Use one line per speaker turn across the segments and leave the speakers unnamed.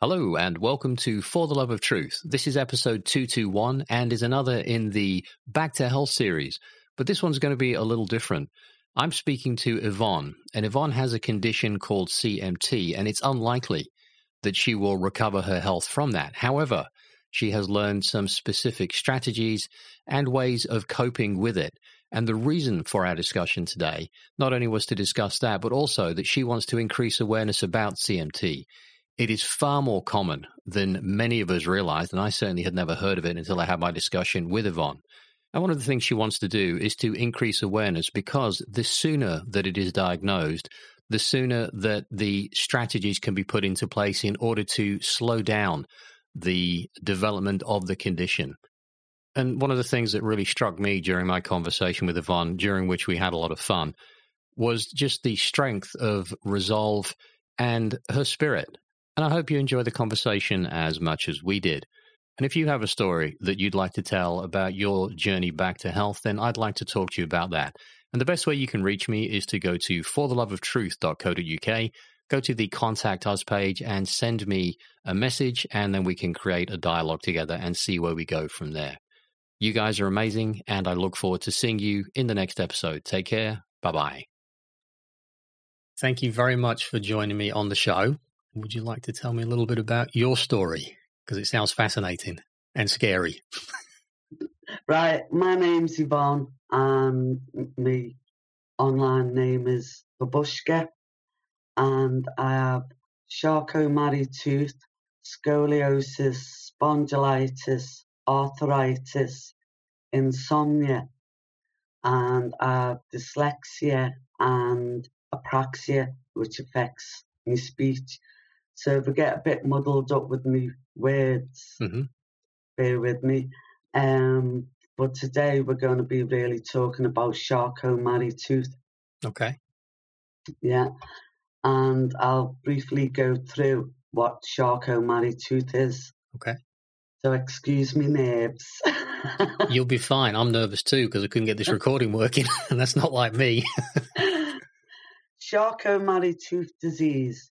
Hello, and welcome to For the Love of Truth. This is episode 221 and is another in the Back to Health series, but this one's going to be a little different. I'm speaking to Yvonne, and Yvonne has a condition called CMT, and it's unlikely that she will recover her health from that. However, she has learned some specific strategies and ways of coping with it. And the reason for our discussion today not only was to discuss that, but also that she wants to increase awareness about CMT it is far more common than many of us realized, and I certainly had never heard of it until I had my discussion with Yvonne. And one of the things she wants to do is to increase awareness because the sooner that it is diagnosed, the sooner that the strategies can be put into place in order to slow down the development of the condition. And one of the things that really struck me during my conversation with Yvonne, during which we had a lot of fun, was just the strength of resolve and her spirit and I hope you enjoy the conversation as much as we did. And if you have a story that you'd like to tell about your journey back to health, then I'd like to talk to you about that. And the best way you can reach me is to go to fortheloveoftruth.co.uk, go to the contact us page and send me a message, and then we can create a dialogue together and see where we go from there. You guys are amazing, and I look forward to seeing you in the next episode. Take care. Bye bye. Thank you very much for joining me on the show would you like to tell me a little bit about your story? Because it sounds fascinating and scary.
right. My name's Yvonne, and my online name is Babushka. And I have Charcot-Marie tooth, scoliosis, spondylitis, arthritis, insomnia, and I have dyslexia and apraxia, which affects my speech. So if I get a bit muddled up with me words,
Mm-hmm.
bear with me. Um, but today we're going to be really talking about Charcot-Marie tooth.
Okay.
Yeah, and I'll briefly go through what Charcot-Marie tooth is.
Okay.
So excuse me, nerves.
You'll be fine. I'm nervous too because I couldn't get this recording working, and that's not like me.
Charcot-Marie tooth disease,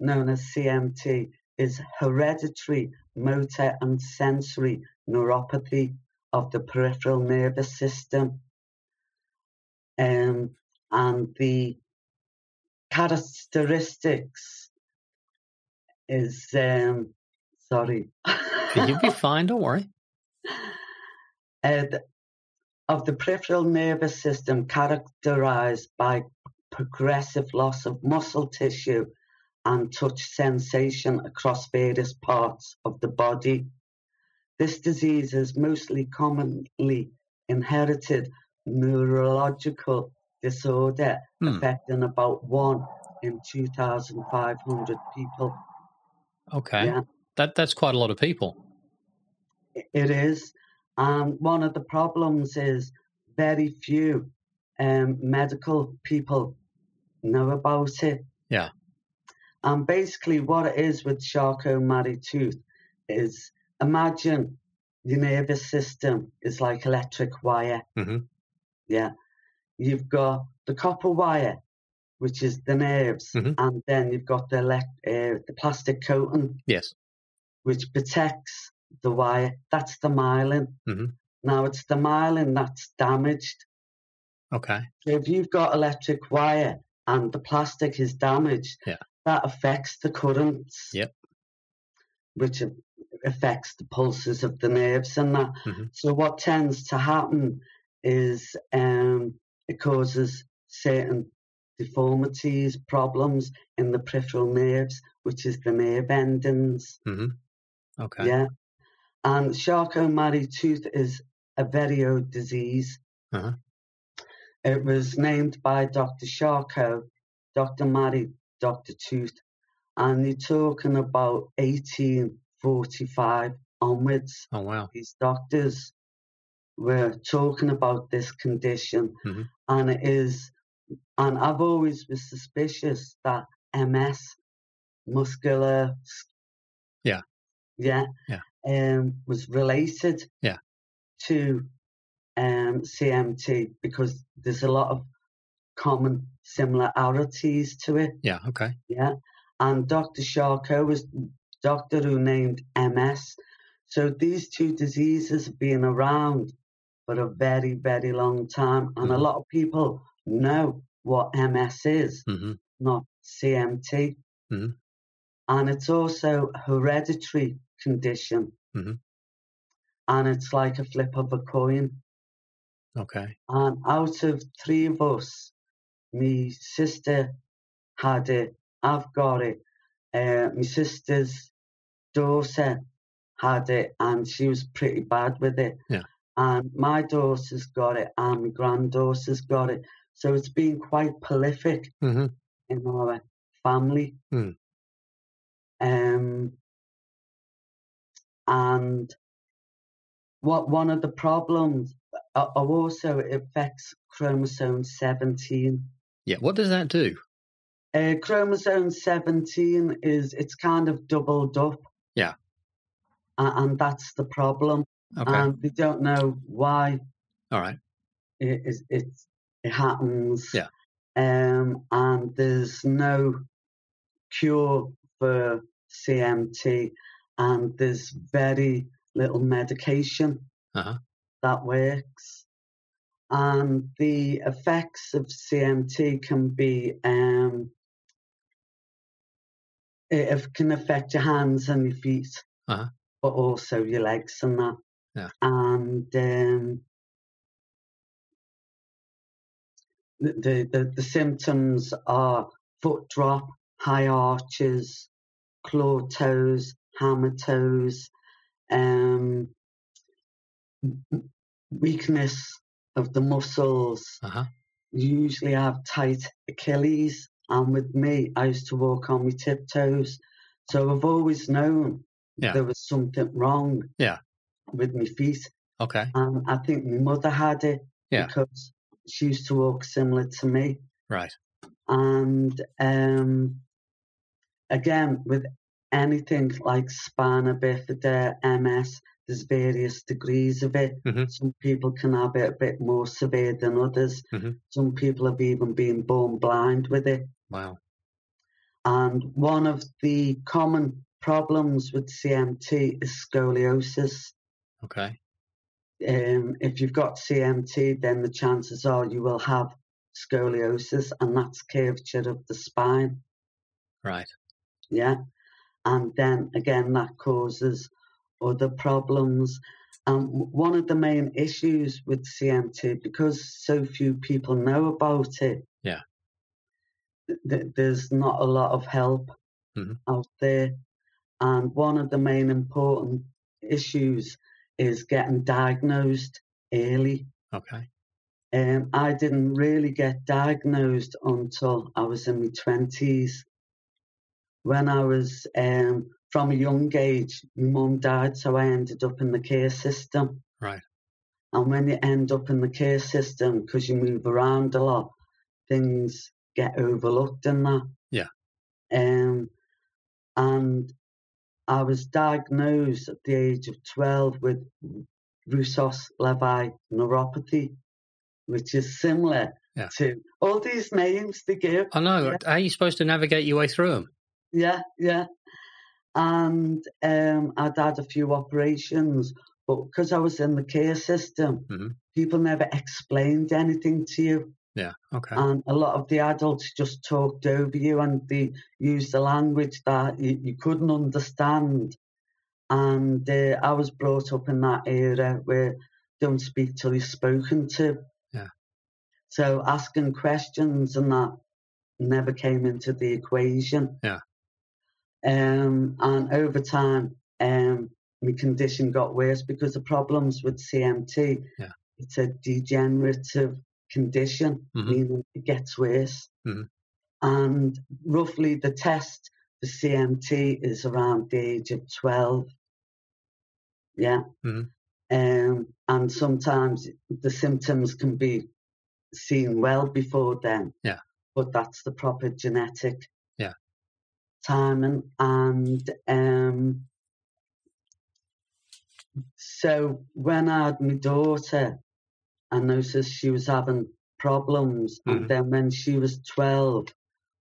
known as CMT, is hereditary motor and sensory neuropathy of the peripheral nervous system. Um, and the characteristics is, um, sorry.
You'll be fine. Don't worry.
uh, th- of the peripheral nervous system characterized by progressive loss of muscle tissue and touch sensation across various parts of the body. This disease is mostly commonly inherited neurological disorder
Hmm.
affecting about one in 2,500 people.
Okay.
Yeah.
That that's quite a lot of people.
It is. And one of the problems is very few um, medical people know about it.
Yeah.
And basically, what it is with Charcot-Marie tooth is imagine your nervous system is like electric wire.
Mhm.
Yeah. You've got the copper wire, which is the nerves,
Mhm.
and then you've got the, elect- uh, the plastic coating
Yes.
which protects the wire. That's the myelin.
Mhm.
Now it's the myelin that's damaged.
Okay.
So if you've got electric wire and the plastic is damaged,
Yeah.
that affects the currents.
Yep.
Which a- affects the pulses of the nerves and that.
Mhm.
So what tends to happen is um, it causes certain deformities, problems in the peripheral nerves, which is the nerve endings.
Okay.
Yeah. And Charcot-Marie tooth is a very old disease.
Uh-huh.
It was named by Dr. Charcot, Dr. Marie, Dr. Tooth, and you're talking about 1845 onwards.
Oh wow.
These doctors were talking about this condition,
Mhm.
and it is. And I've always been suspicious that MS, muscular, s-
Yeah.
yeah,
Yeah.
um, was related
Yeah.
to um, CMT because there's a lot of common similarities to it.
Yeah. Okay.
Yeah. And Dr. Sharko was doctor who named MS. So these two diseases have been around for a very, very long time. And a
Mhm.
lot of people know what MS is,
hmm
Mm-hmm.
not CMT.
Mhm.
And it's also a hereditary condition.
Mhm.
And it's like a flip of a coin.
Okay.
And out of three of us, my sister had it, I've got it, uh, my sister's daughter had it, and she was pretty bad with it.
Yeah.
And my daughter's got it, and my granddaughter's got it. So it's been quite prolific
hmm
Mm-hmm.
in our family.
Hmm.
Um, and what one of the problems uh, uh, also it affects chromosome 17.
Yeah. What does that do?
Uh, chromosome 17 is it's kind of doubled up.
Yeah.
A- and that's the problem.
Okay.
And we don't know why
All right.
it, it, it, it happens.
Yeah.
Um, and there's no cure for CMT, and there's very little medication
Uh-huh.
that works. And the effects of CMT can be um, it it can affect your hands and your feet,
Uh-huh.
but also your legs and that.
Yeah.
And um, the, the, the, the symptoms are foot drop, high arches, claw toes, hammer toes, um, weakness of the muscles.
Uh-huh.
usually have tight Achilles, and with me, I used to walk on my tiptoes. So I've always known
Yeah.
there was something wrong
Yeah.
with my feet.
Okay.
And Um, I think my mother had it
Yeah.
because she used to walk similar to me.
Right.
And um, again, with anything like spina bifida, MS, there's various degrees of it.
Mhm.
Some people can have it a bit more severe than others.
Mhm.
Some people have even been born blind with it.
Wow.
And one of the common problems with CMT is scoliosis.
Okay.
Um, if you've got CMT, then the chances are you will have scoliosis, and that's curvature of the spine.
Right.
yeah and then again that causes other problems and w- one of the main issues with cmt because so few people know about it
Yeah.
th- th- there's not a lot of help
Mhm.
out there and one of the main important issues is getting diagnosed early
Okay.
um, i didn't really get diagnosed until i was in my 20s when I was um, from a young age, my mum died, so I ended up in the care system.
Right.
And when you end up in the care system, because you move around a lot, things get overlooked in that.
Yeah.
Um, and I was diagnosed at the age of 12 with Russos Levi neuropathy, which is similar
Yeah.
to all these names they give.
I know.
Yeah.
How are you supposed to navigate your way through them?
Yeah, yeah. And um, I'd had a few operations, but because I was in the care system,
Mhm.
people never explained anything to you.
Yeah. Okay.
And a lot of the adults just talked over you and they used the language that you, you couldn't understand. And uh, I was brought up in that era where don't speak till you're spoken to.
Yeah.
So asking questions and that never came into the equation.
Yeah.
Um, and over time, um, my condition got worse because the problems with CMT,
Yeah.
it's a degenerative condition,
Mhm.
meaning it gets worse.
Mhm.
And roughly the test for CMT is around the age of 12. Yeah.
Mhm.
Um, and sometimes the symptoms can be seen well before then.
Yeah.
But that's the proper genetic
Yeah.
timing. And um, so when I had my daughter, I noticed she was having problems.
Mhm.
And then when she was 12,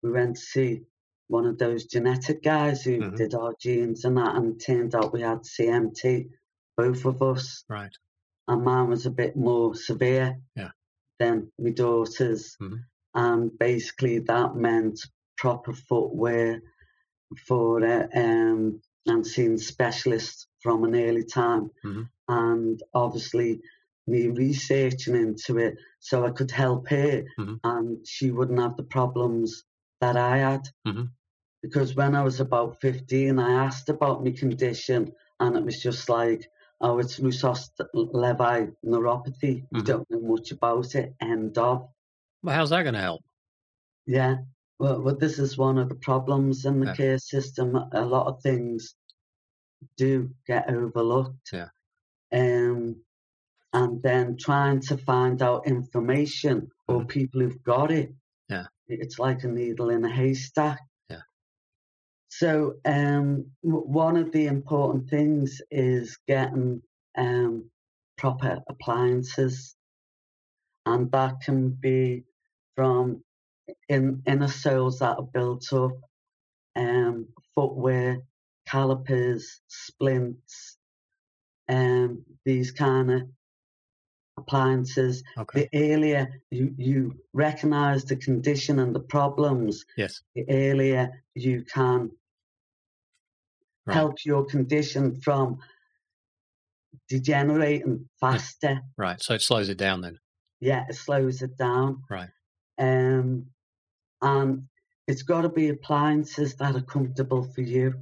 we went to see one of those genetic guys who
Mhm.
did our genes and that, and it turned out we had CMT, both of us,
Right.
and mine was a bit more severe
Yeah.
than my daughter's.
Mhm.
And basically, that meant proper footwear for it um, and seeing specialists from an early time.
Mhm.
And obviously, me researching into it so I could help her
Mhm.
and she wouldn't have the problems that I had.
Mhm.
Because when I was about 15, I asked about my condition and it was just like, oh, it's Roussos Levi neuropathy. You
Mhm.
don't know much about it. Um, End of.
Well, how's that going to help?
Yeah. Well, well, this is one of the problems in the
Yeah.
care system. A lot of things do get overlooked.
Yeah.
Um, and then trying to find out information or people who've got it.
Mm-hmm. Yeah.
It's like a needle in a haystack.
Yeah.
So um, w- one of the important things is getting um, proper appliances, and that can be from in inner soles that are built up, um, footwear, calipers, splints, um, these kind of appliances.
Okay.
The earlier you, you recognise the condition and the problems,
yes.
the earlier you can
Right.
help your condition from
Hmm.
degenerating faster.
Right. So it slows it down then.
yeah, it slows it down.
Right.
Um, and it's got to be appliances that are comfortable for you.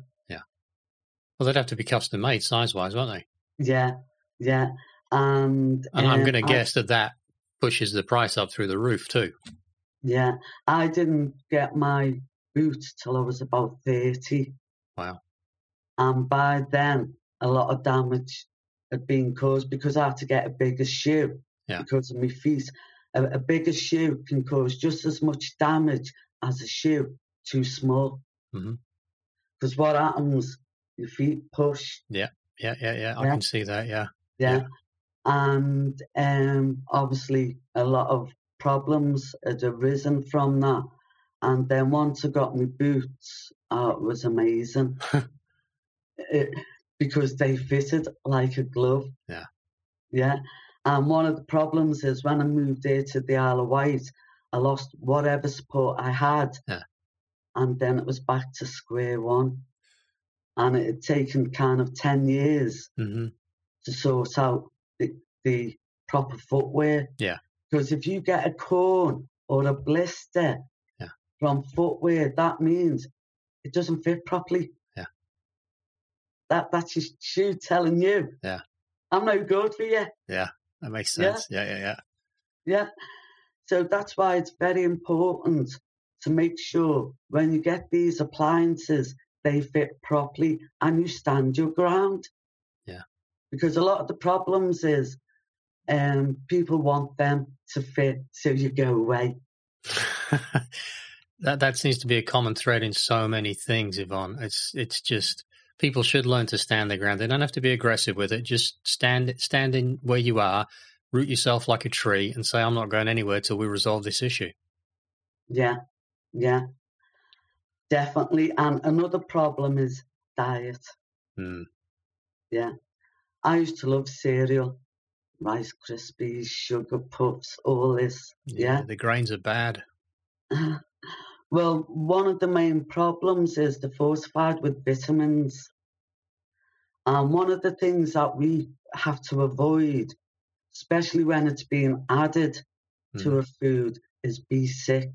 Well, they'd have to be custom made size wise, won't they?
Yeah, yeah. And,
And I'm
um,
going to
I-
guess that that pushes the price up through the roof too.
yeah, I didn't get my boots till I was about thirty.
Wow.
And by then, a lot of damage had been caused because I had to get a bigger shoe
Yeah.
because of my feet. A, a bigger shoe can cause just as much damage as a shoe too small.
Mhm.
Because what happens? Your feet push,
Yeah. Yeah. Yeah. I
Yeah.
can see that. Yeah.
yeah. And um, obviously, a lot of problems had arisen from that. And then once I got my boots, oh, it was amazing it, because they fitted like a glove.
Yeah.
Yeah. And one of the problems is when I moved here to the Isle of Wight, I lost whatever support I had.
Yeah.
And then it was back to square one. And it had taken kind of 10 years
hmm
to sort out the, the proper footwear.
Yeah.
Because if you get a corn or a blister
Yeah.
from footwear, that means it doesn't fit properly.
Yeah.
That that's your shoe telling you.
Yeah.
I'm no good for you.
That makes
Yeah.
sense. Yeah. Yeah. Yeah.
Yeah. So that's why it's very important to make sure when you get these appliances, they fit properly and you stand your ground.
Yeah.
Because a lot of the problems is um, people want them to fit, so you go away.
that that seems to be a common thread in so many things, Yvonne. It's it's just people should learn to stand their ground. They don't have to be aggressive with it. Just stand stand in where you are, root yourself like a tree, and say, "I'm not going anywhere till we resolve this issue."
Yeah, yeah, definitely. And another problem is diet.
Mm.
I used to love cereal, Rice Krispies, Sugar Puffs, all this. yeah.
the grains are bad.
Well, one of the main problems is the fortified with vitamins. And one of the things that we have to avoid, especially when it's being added to a food, is B6.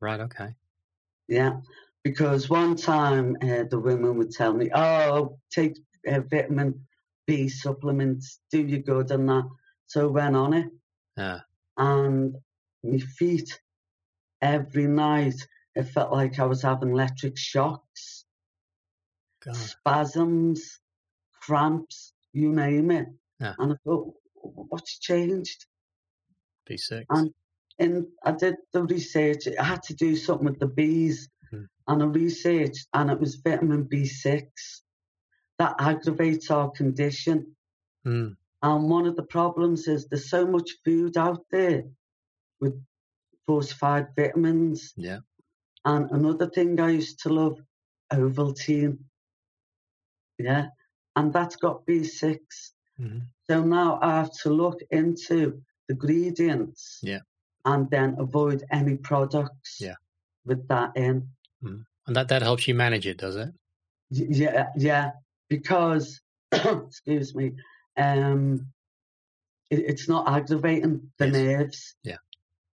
Right? Okay.
Yeah. Because one time uh, the women would tell me, oh, take uh, vitamin B supplements, do you good and that. So I went on it.
Yeah.
And my feet, every night, it felt like I was having electric shocks,
God.
spasms, cramps, you name it.
Yeah.
And I thought, what's changed?
B six.
And- and I did the research. I had to do something with the bees,
Hmm.
and I researched, and it was vitamin B6 that aggravates our condition.
Hmm.
Mm.
And one of the problems is there's so much food out there with falsified vitamins.
Yeah.
And another thing I used to love, Ovaltine. Yeah. And that's got B6.
Mhm.
So now I have to look into the ingredients.
Yeah.
And then avoid any products
Yeah.
with that in.
And that, that helps you manage it, does it?
Y- yeah, uh, yeah, because excuse me, um, it, it's not aggravating the
Yes.
nerves.
Yeah.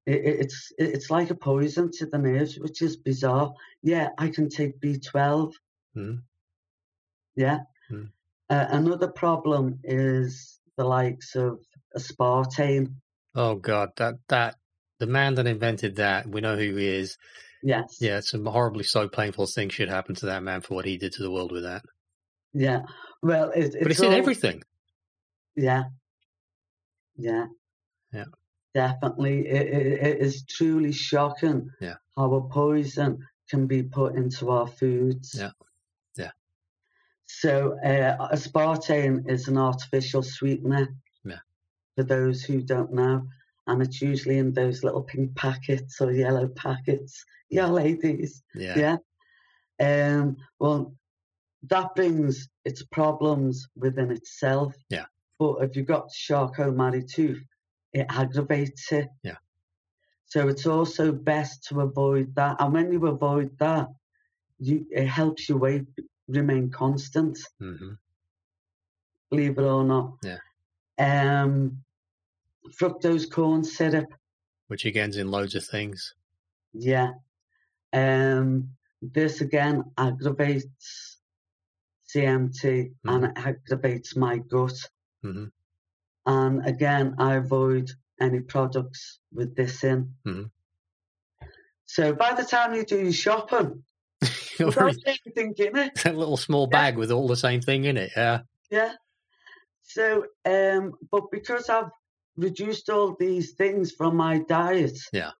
It, it- it's it- it's like a poison to the nerves, which is bizarre. Yeah, I can take B twelve.
Mhm.
Yeah.
Mhm.
Uh, another problem is the likes of uh, aspartame.
Oh God, that that the man that invented that, we know who he is.
Yes.
Yeah, some horribly so painful things should happen to that man for what he did to the world with that.
Yeah. Well, it, it's
But it's,
all,
in everything.
Yeah. Yeah.
Yeah.
Definitely. It, it, it is truly shocking
Yeah.
how a poison can be put into our foods.
Yeah. Yeah.
So, uh, aspartame is an artificial sweetener.
Yeah.
For those who don't know, and it's usually in those little pink packets or yellow packets. Yeah, ladies.
Yeah.
Yeah. Um, well, that brings its problems within itself.
Yeah.
But if you've got Charcot Marie Tooth, it aggravates it.
Yeah.
So it's also best to avoid that. And when you avoid that, you it helps your weight remain constant,
hmm
believe it or not.
Yeah.
Um, fructose corn syrup.
Which again's in loads of things.
Yeah. Um, this again aggravates CMT and it aggravates my gut.
hmm
And again, I avoid any products with this in.
Mhm.
So by the time you do your shopping, you don't get anything in it.
that little small bag with all the same thing in it. Yeah.
Yeah. So, um, but because I've reduced all these things from my diet,
Yeah.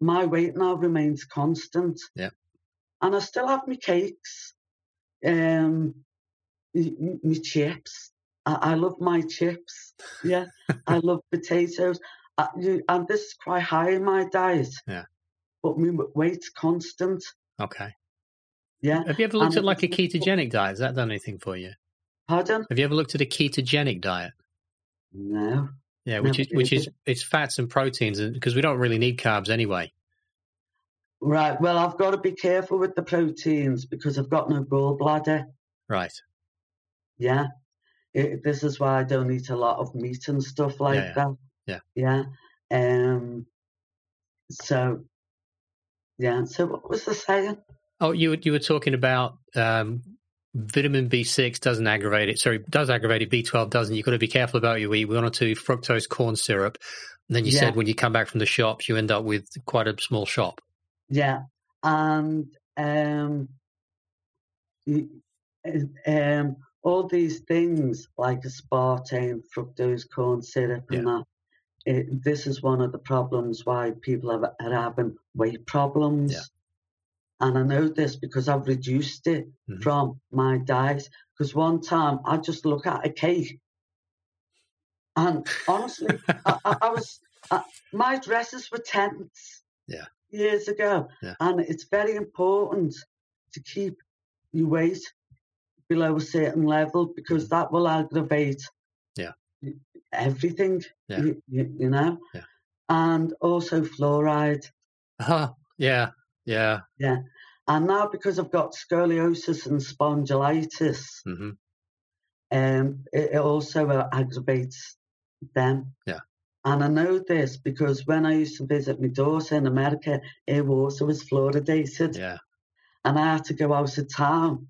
my weight now remains constant.
Yeah.
and I still have my cakes, um, m- m- my chips. I, I love my chips. Yeah, I love potatoes. I, you, and this is quite high in my diet.
Yeah.
but my w- weight's constant.
Okay.
Yeah,
Have you ever looked
And
at like a
it's-
ketogenic diet? Has that done anything for you?
pardon?
Have you ever looked at a ketogenic diet?
No.
Yeah, which
Never
is which
did.
is it's fats and proteins, and because we don't really need carbs anyway.
Right. Well, I've got to be careful with the proteins because I've got no gallbladder.
Right.
Yeah. It, this is why I don't eat a lot of meat and stuff like
yeah.
that.
Yeah.
Yeah. Um, so, yeah. So, what was I saying?
Oh, you were- you were talking about um, vitamin B6 doesn't aggravate it. Sorry, does aggravate it. B12 doesn't. You've got to be careful about your eat. One or two fructose corn syrup. And then you
Yeah.
said when you come back from the shops, you end up with quite a small shop.
Yeah. And um, y- um, all these things like aspartame, fructose, corn syrup, and that. It, this is one of the problems why people are, are having weight problems.
Yeah.
And I know this because I've reduced it
Mhm.
from my diet. Because one time I just look at a cake, and honestly, I, I, I was I, my dresses were tense.
Yeah.
Years ago,
Yeah.
and it's very important to keep your weight below a certain level because that will
Mm.
aggravate
Yeah.
y- everything,
Yeah.
y- y- You, know,
Yeah.
and also fluoride. Uh-huh.
Ah, yeah, yeah.
And now because I've got scoliosis and spondylitis,
hmm
um, it, it also uh, aggravates them.
Yeah.
And I know this because when I used to visit my daughter in America, her water was fluoridated.
Yeah,
and I had to go out of town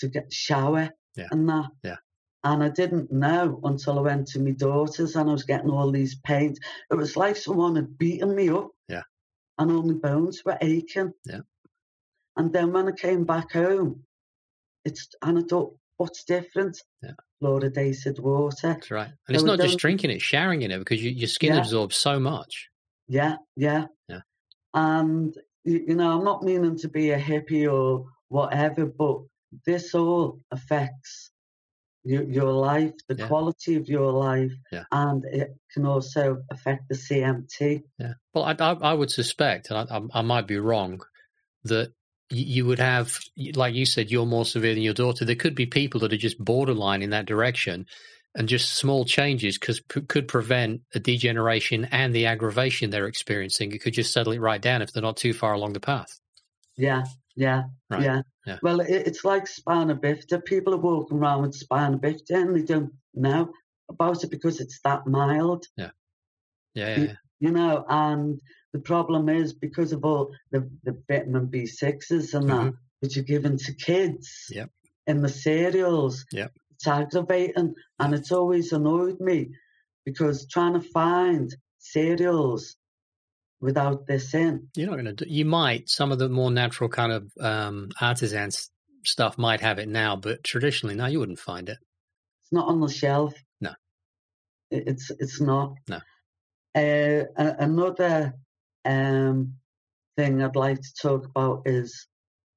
to get shower
Yeah.
and that.
Yeah.
And I didn't know until I went to my daughter's and I was getting all these pains. It was like someone had beaten me up.
Yeah.
And all my bones were aching.
Yeah.
And then when I came back home, it's and I thought, what's different?
Yeah.
Fluoridated water.
that's right.
There
And it's
was
not just
only-
drinking it, showering in it, because you, your skin
Yeah.
absorbs so much.
Yeah, yeah.
Yeah.
And, you, you know, I'm not meaning to be a hippie or whatever, but this all affects your, your life, the
Yeah.
quality of your life,
Yeah.
and it can also affect the CMT.
Yeah. Well, I, I, I would suspect, and I, I, I might be wrong, that y- you would have, like you said, you're more severe than your daughter. There could be people that are just borderline in that direction, and just small changes cause, p- could prevent a degeneration and the aggravation they're experiencing. It could just settle it right down if they're not too far along the path.
Yeah, yeah,
Right,
yeah.
yeah.
Well, it, it's like spina bifida. People are walking around with spina bifida and they don't know about it because it's that mild,
Yeah, yeah, yeah.
you know. And the problem is because of all the, the vitamin B6s and that, which are given to kids
Mm-hmm. Yep.
in the cereals,
Yep.
it's aggravating. And it's always annoyed me because trying to find cereals without this in,
You're not going to. You might. Some of the more natural kind of um, artisan s- stuff might have it now, but traditionally, no, you wouldn't find it.
It's not on the shelf.
No.
It- It's it's not.
No.
Uh, a- another um, thing I'd like to talk about is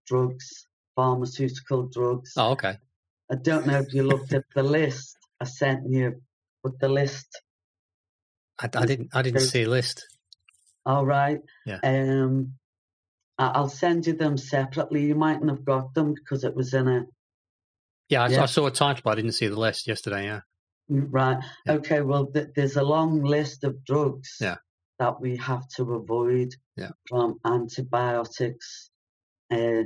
drugs, pharmaceutical drugs.
Oh, okay.
I don't know if you looked at the list I sent you, but the list.
I, I didn't. I didn't
There's-
see a list.
All right.
Yeah.
Um, I- I'll send you them separately. You mightn't have got them because it was in a
Yeah, I,
Yeah.
I saw a title, but I didn't see the list yesterday. Yeah.
Right.
Yeah.
Okay. Well, th- there's a long list of drugs
Yeah.
that we have to avoid
Yeah.
from antibiotics, uh,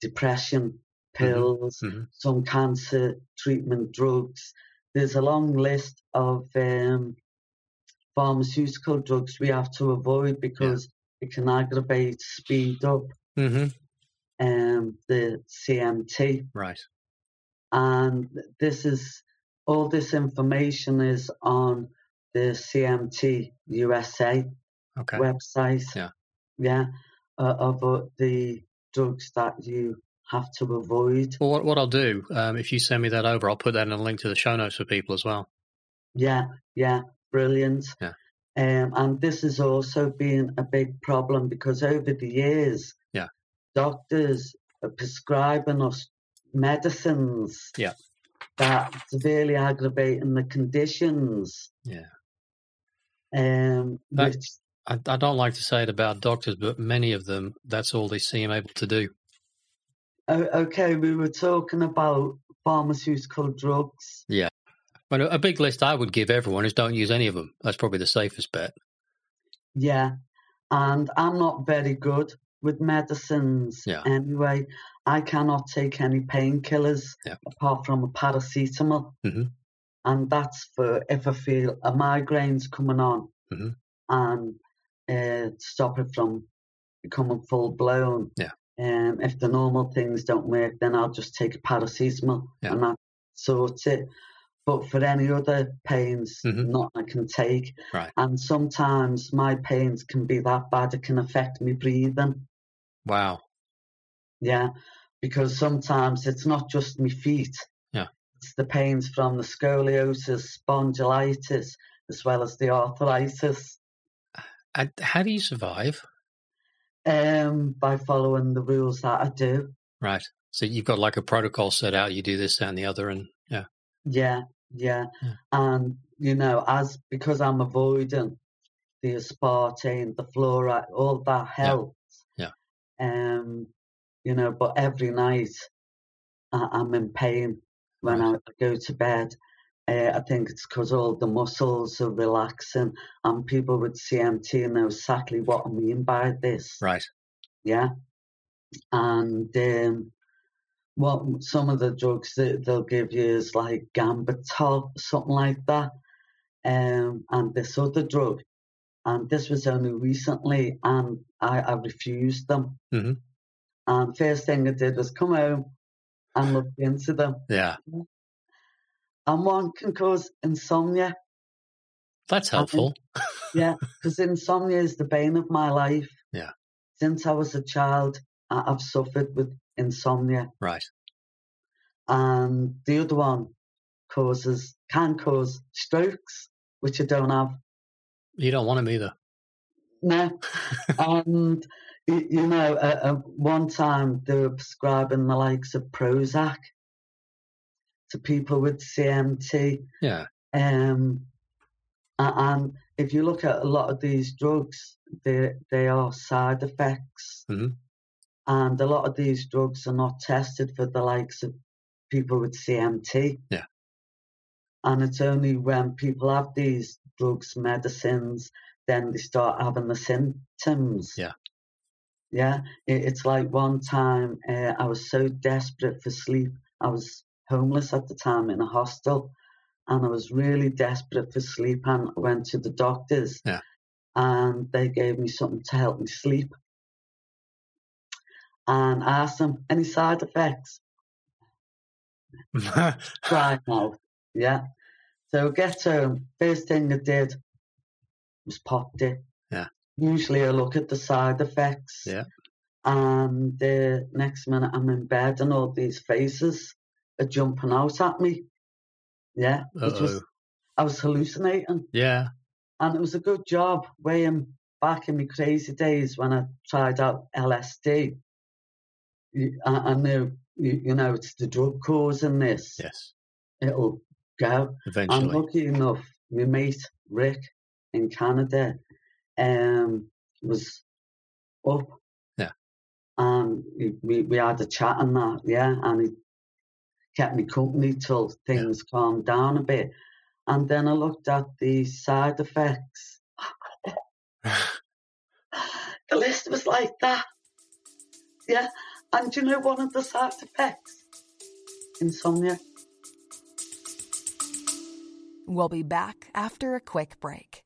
depression pills,
mhm.
some cancer treatment drugs. There's a long list of um, pharmaceutical drugs we have to avoid because it can aggravate, speed up
hmm
um, the CMT
Right.
and this is all this information is on the CMT USA
Okay.
website.
Yeah.
Yeah, uh, of uh, the drugs that you have to avoid.
Well, what, what I'll do, um, if you send me that over, I'll put that in a link to the show notes for people as well.
Yeah, yeah, brilliant.
Yeah.
Um, and this has also been a big problem because over the years,
Yeah.
doctors are prescribing us medicines
Yeah.
that severely aggravating the conditions.
Yeah.
Um,
That-
which,
I, I don't like to say it about doctors, but many of them, that's all they seem able to do.
o- okay, we were talking about pharmaceutical drugs.
But a, a big list I would give everyone is don't use any of them. That's probably the safest bet.
Yeah. And I'm not very good with medicines
Yeah.
anyway. I cannot take any painkillers
Yeah.
apart from a paracetamol.
Mhm.
And that's for if I feel a migraine's coming on
Mhm.
and uh, stop it from becoming full blown.
Yeah.
Um, if the normal things don't work, then I'll just take a paracetamol
Yeah.
and that sorts it. But for any other pains,
Mhm.
not I can take and sometimes my pains can be that bad it can affect me breathing
Wow.
yeah because sometimes it's not just my feet
Yeah.
it's the pains from the scoliosis spondylitis as well as the arthritis
And how do you survive?
um by following the rules that i do
Right. So you've got like a protocol set out. You do this, that, and the other, and yeah,
yeah yeah
Yeah.
and you know as because i'm avoiding the aspartame the fluoride all that helps
Yeah.
um you know but every night I, i'm in pain when
Right.
i go to bed uh, i think it's because all the muscles are relaxing and people with cmt know exactly what i mean by this
right.
yeah. And um, what some of the drugs that they'll give you is like Gambitol, something like that, um, and this other drug. And this was only recently, and I, I refused them.
Mhm.
And first thing I did was come home and look into them.
Yeah,
And one can cause insomnia,
that's helpful.
yeah, because insomnia is the bane of my life.
Yeah.
Since I was a child, I, I've suffered with insomnia.
Right.
and the other one causes can cause strokes, which I don't have
You don't want them either.
now. and y- you know, uh, uh, one time they were prescribing the likes of Prozac to people with CMT,
Yeah.
um, a- and if
Mm-hmm.
you look at a lot of these drugs, they they are side effects
Mhm.
And a lot of these drugs are not tested for the likes of people with CMT.
Yeah.
And it's only when people have these drugs, medicines, then they start having the symptoms.
Yeah.
Yeah. It, it's like one time uh, I was so desperate for sleep. I was homeless at the time in a hostel and I was really desperate for sleep and I went to the doctors
Yeah.
and they gave me something to help me sleep. And I asked them, any side effects? Right now. Yeah. So I get home. First thing I did was popped it.
Yeah.
Usually I look at the side effects.
Yeah.
And the next minute I'm in bed and all these faces are jumping out at me. Yeah. Which
Uh-oh.
was I was hallucinating.
yeah.
And it was a good job way in, back in my crazy days when I tried out LSD. You- I, I knew, you, you know, it's the drug causing this.
Yes.
It'll go. I'm
Eventually.
lucky enough, my mate Rick in Canada um, was up.
Yeah.
And we- we, we had a chat and that, yeah. And he kept me company till things calmed down a bit. And then I looked at the side effects. The list was like that. Yeah. And do you know one of the side effects? Insomnia.
We'll be back after a quick break.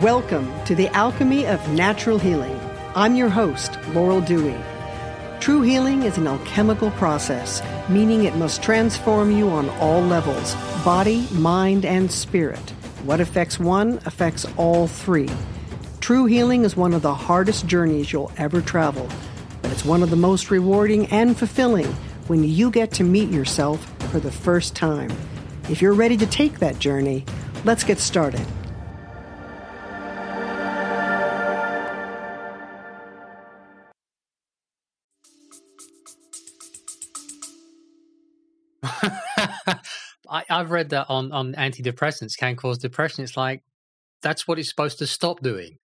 Welcome to the Alchemy of Natural Healing. I'm your host, Laurel Dewey. True healing is an alchemical process, meaning it must transform you on all levels body, mind, and spirit. What affects one affects all three. True healing is one of the hardest journeys you'll ever travel, but it's one of the most rewarding and fulfilling when you get to meet yourself for the first time. If you're ready to take that journey, let's get started.
I, I've read that on, on antidepressants can cause depression. It's like, that's what it's supposed to stop doing.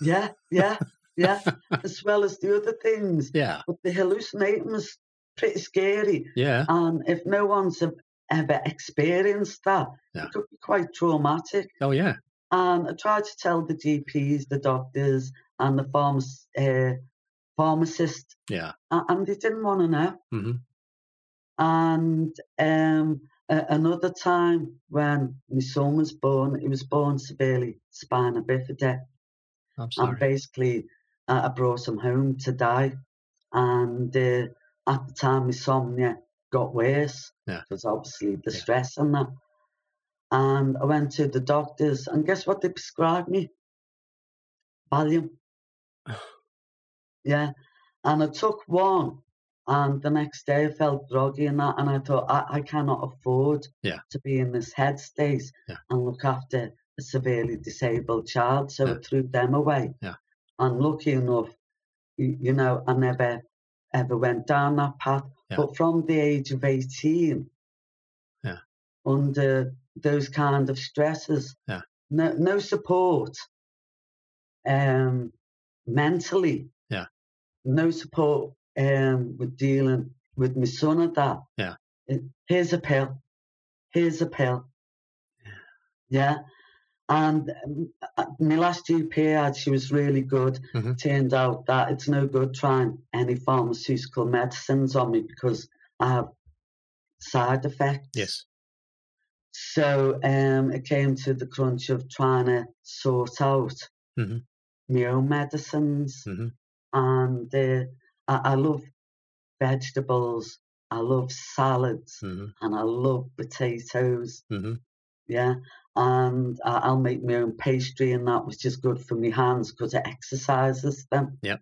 Yeah, yeah, yeah. as well as the other things.
Yeah.
But the hallucinating was pretty scary.
Yeah.
And if no one's ev- ever experienced that,
Yeah.
it could be quite traumatic.
Oh, yeah.
And I tried to tell the GPs, the doctors, and the pharmac- uh, pharmacist,
Yeah.
a- and they didn't want to know.
hmm
And um, a- another time when my son was born, he was born severely spina bifida.
I'm
and
sorry.
basically uh, I brought him home to die. And uh, at the time, insomnia got worse
Yeah.
because obviously the
Yeah.
stress and that. And I went to the doctors, and guess what they prescribed me? Valium. yeah, and I took one, and the next day I felt groggy and that, and I thought I, I cannot afford
Yeah.
to be in this headspace
Yeah.
and look after a severely disabled child. So
Yeah.
I threw them away.
Yeah.
And lucky enough, y- you know, I never ever went down that path.
Yeah.
But from the age of 18,
Yeah.
under those kind of stresses,
Yeah.
no, no support um, mentally,
Yeah.
no support um, with dealing with my son at that.
Yeah.
It- Here's a pill. Here's a pill. Yeah. And um, uh, my last GP I had, she was really good.
Mhm.
Turned out that it's no good trying any pharmaceutical medicines on me because I have side effects.
Yes.
So um, it came to the crunch of trying to sort out
Mhm.
my own medicines.
Mhm.
And uh, I, I love vegetables, I love salads,
hmm
Mm. Mm-hmm,
and I love potatoes
hmm
yeah. And I- I'll make my own pastry and that, which is good for my hands because it exercises them.
Yep.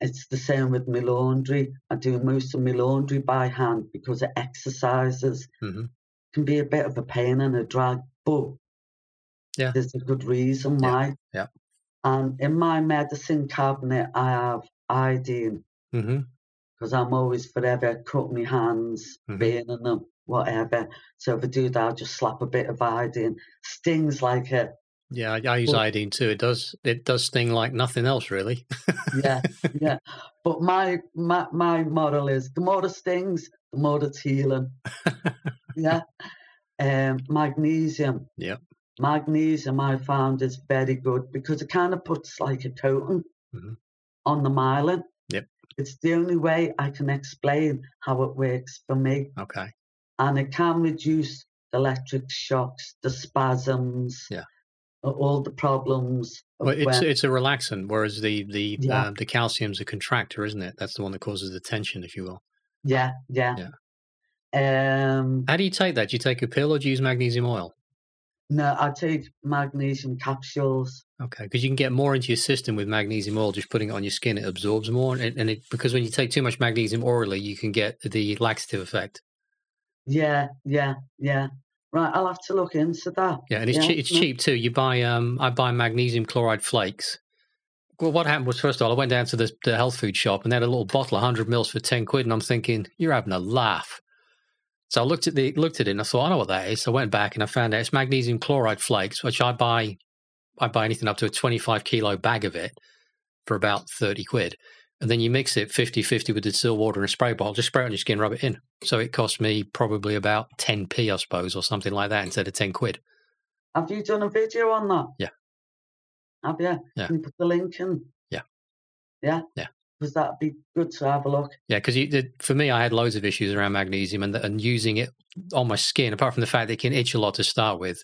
It's the same with my laundry. I do most of my laundry by hand because it exercises.
Mhm.
Can be a bit of a pain and a drag, but
Yeah.
there's a good reason
Yeah,
why.
yeah.
And in my medicine cabinet, I have iodine
mm-hmm.
hmm
because I'm always forever cutting my hands,
Mhm.
Mm-hmm.
burning them, whatever. So if I do that, I'll just slap a bit of iodine. Stings like a
Yeah, I, I use
Well-
iodine too. It does it does sting like nothing else, really.
yeah, yeah. But my my my moral is the more it stings, the more it's healing. yeah. Um, magnesium.
Yep.
Magnesium I found is very good because it kind of puts like a coating
Mhm.
on the myelin.
Yep.
It's the only way I can explain how it works for me.
okay,
and it can reduce the electric shocks, the spasms,
Yeah.
a- all the problems. of
well, it's
when-
it's a relaxant, whereas the the
Oh, Yeah.
uh, the calcium's a contractor, isn't it? That's the one that causes the tension, if you will.
yeah, yeah. Um,
How do you take that? Do you take a pill or do you use magnesium oil?
no, I take magnesium capsules.
Okay, because you can get more into your system with magnesium oil. Just putting it on your skin, it absorbs more, and, and it, because when you take too much magnesium orally, you can get the laxative effect.
Yeah, yeah, yeah. Right, I'll have to look into that.
Yeah, and it's
Yeah,
cheap, it's
no.
cheap too. You buy um, I buy magnesium chloride flakes. Well, what happened was first of all, I went down to the, the health food shop and they had a little bottle, hundred mils for ten quid, and I'm thinking you're having a laugh. So I looked at the looked at it and I thought I know what that is. So I went back and I found out it's magnesium chloride flakes, which I buy I buy anything up to a twenty five kilo bag of it for about thirty quid. And then you mix it 50-50 with distilled water and a spray bottle, just spray it on your skin, rub it in. So it cost me probably about 10p, I suppose, or something like that instead of 10 quid.
Have you done a video on that?
Yeah.
Have you?
Yeah.
Can you put the link in?
Yeah.
Yeah?
Yeah.
Because that'd be good to have a look.
Yeah, because for me, I had loads of issues around magnesium and and using it on my skin. Apart from the fact that it can itch a lot to start with,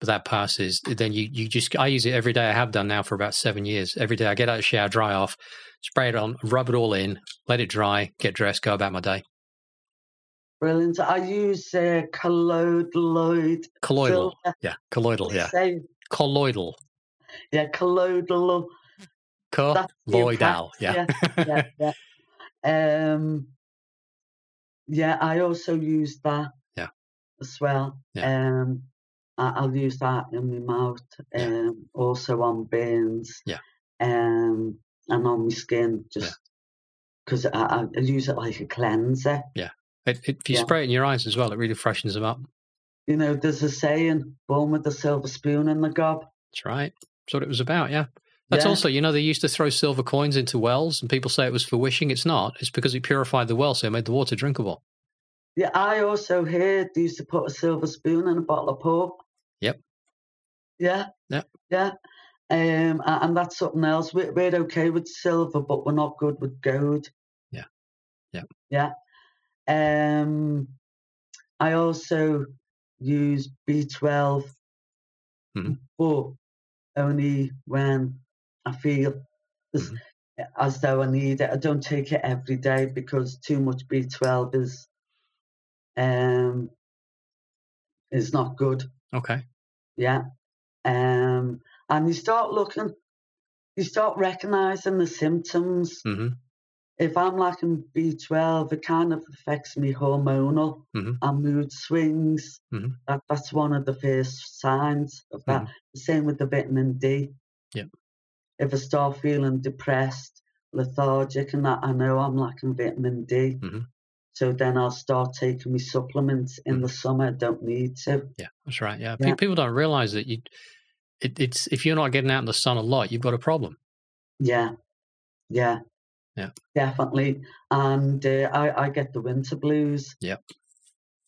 but that passes. Then you you just I use it every day. I have done now for about seven years. Every day I get out of the shower, dry off, spray it on, rub it all in, let it dry, get dressed, go about my day.
Brilliant. I use uh, colloidaloid
Colloidal,
silver.
yeah, colloidal,
They
yeah,
say,
colloidal,
yeah, colloidal. That's the
colloidal,
impact,
Oh, yeah.
Yeah, yeah, yeah. Um, yeah, I also use that.
Yeah.
As well. Um, I, I'll use that in my mouth.
Yeah.
Um, also on burns.
Yeah.
Um, and on my skin, just because I, I use it like a cleanser.
It, it, if you
Yeah.
spray it in your eyes as well, it really freshens them up.
You know, there's a saying: "Born with a silver spoon in the gob."
That's right. That's what it was about. Yeah. That's
Yeah.
also, you know, they used to throw silver coins into wells and people say it was for wishing. It's not. It's because it purified the well, so it made the water drinkable.
Yeah, I also heard they used to put a silver spoon in a bottle of pop.
Yep.
Yeah.
Yep.
Yeah. Um, a- and that's something else. We're, we're okay with silver, but we're not good with gold.
Yeah. Yep.
Yeah. Um, I also use B12,
Mhm.
but only when I feel as,
Mm-hmm.
as though I need it. I don't take it every day because too much B12 is um, is not good.
Okay.
Yeah. Um, and you start looking, you start recognizing the symptoms.
hmm
If I'm lacking B12, it kind of affects me hormonal
Mhm.
and mood swings.
Mhm.
That, that's one of the first signs of that. The same with the vitamin D.
Yep.
If I start feeling depressed, lethargic, and that, I know I'm lacking vitamin D.
Mhm.
So then I'll start taking my supplements in
Mhm.
the summer. I don't need to.
Yeah. That's right. Yeah. Pe-
Yeah.
People don't realize that you, it, it's, if you're not getting out in the sun a lot, you've got a problem.
Yeah, yeah,
Yeah.
definitely. And uh, I, I get the winter blues.
Yep.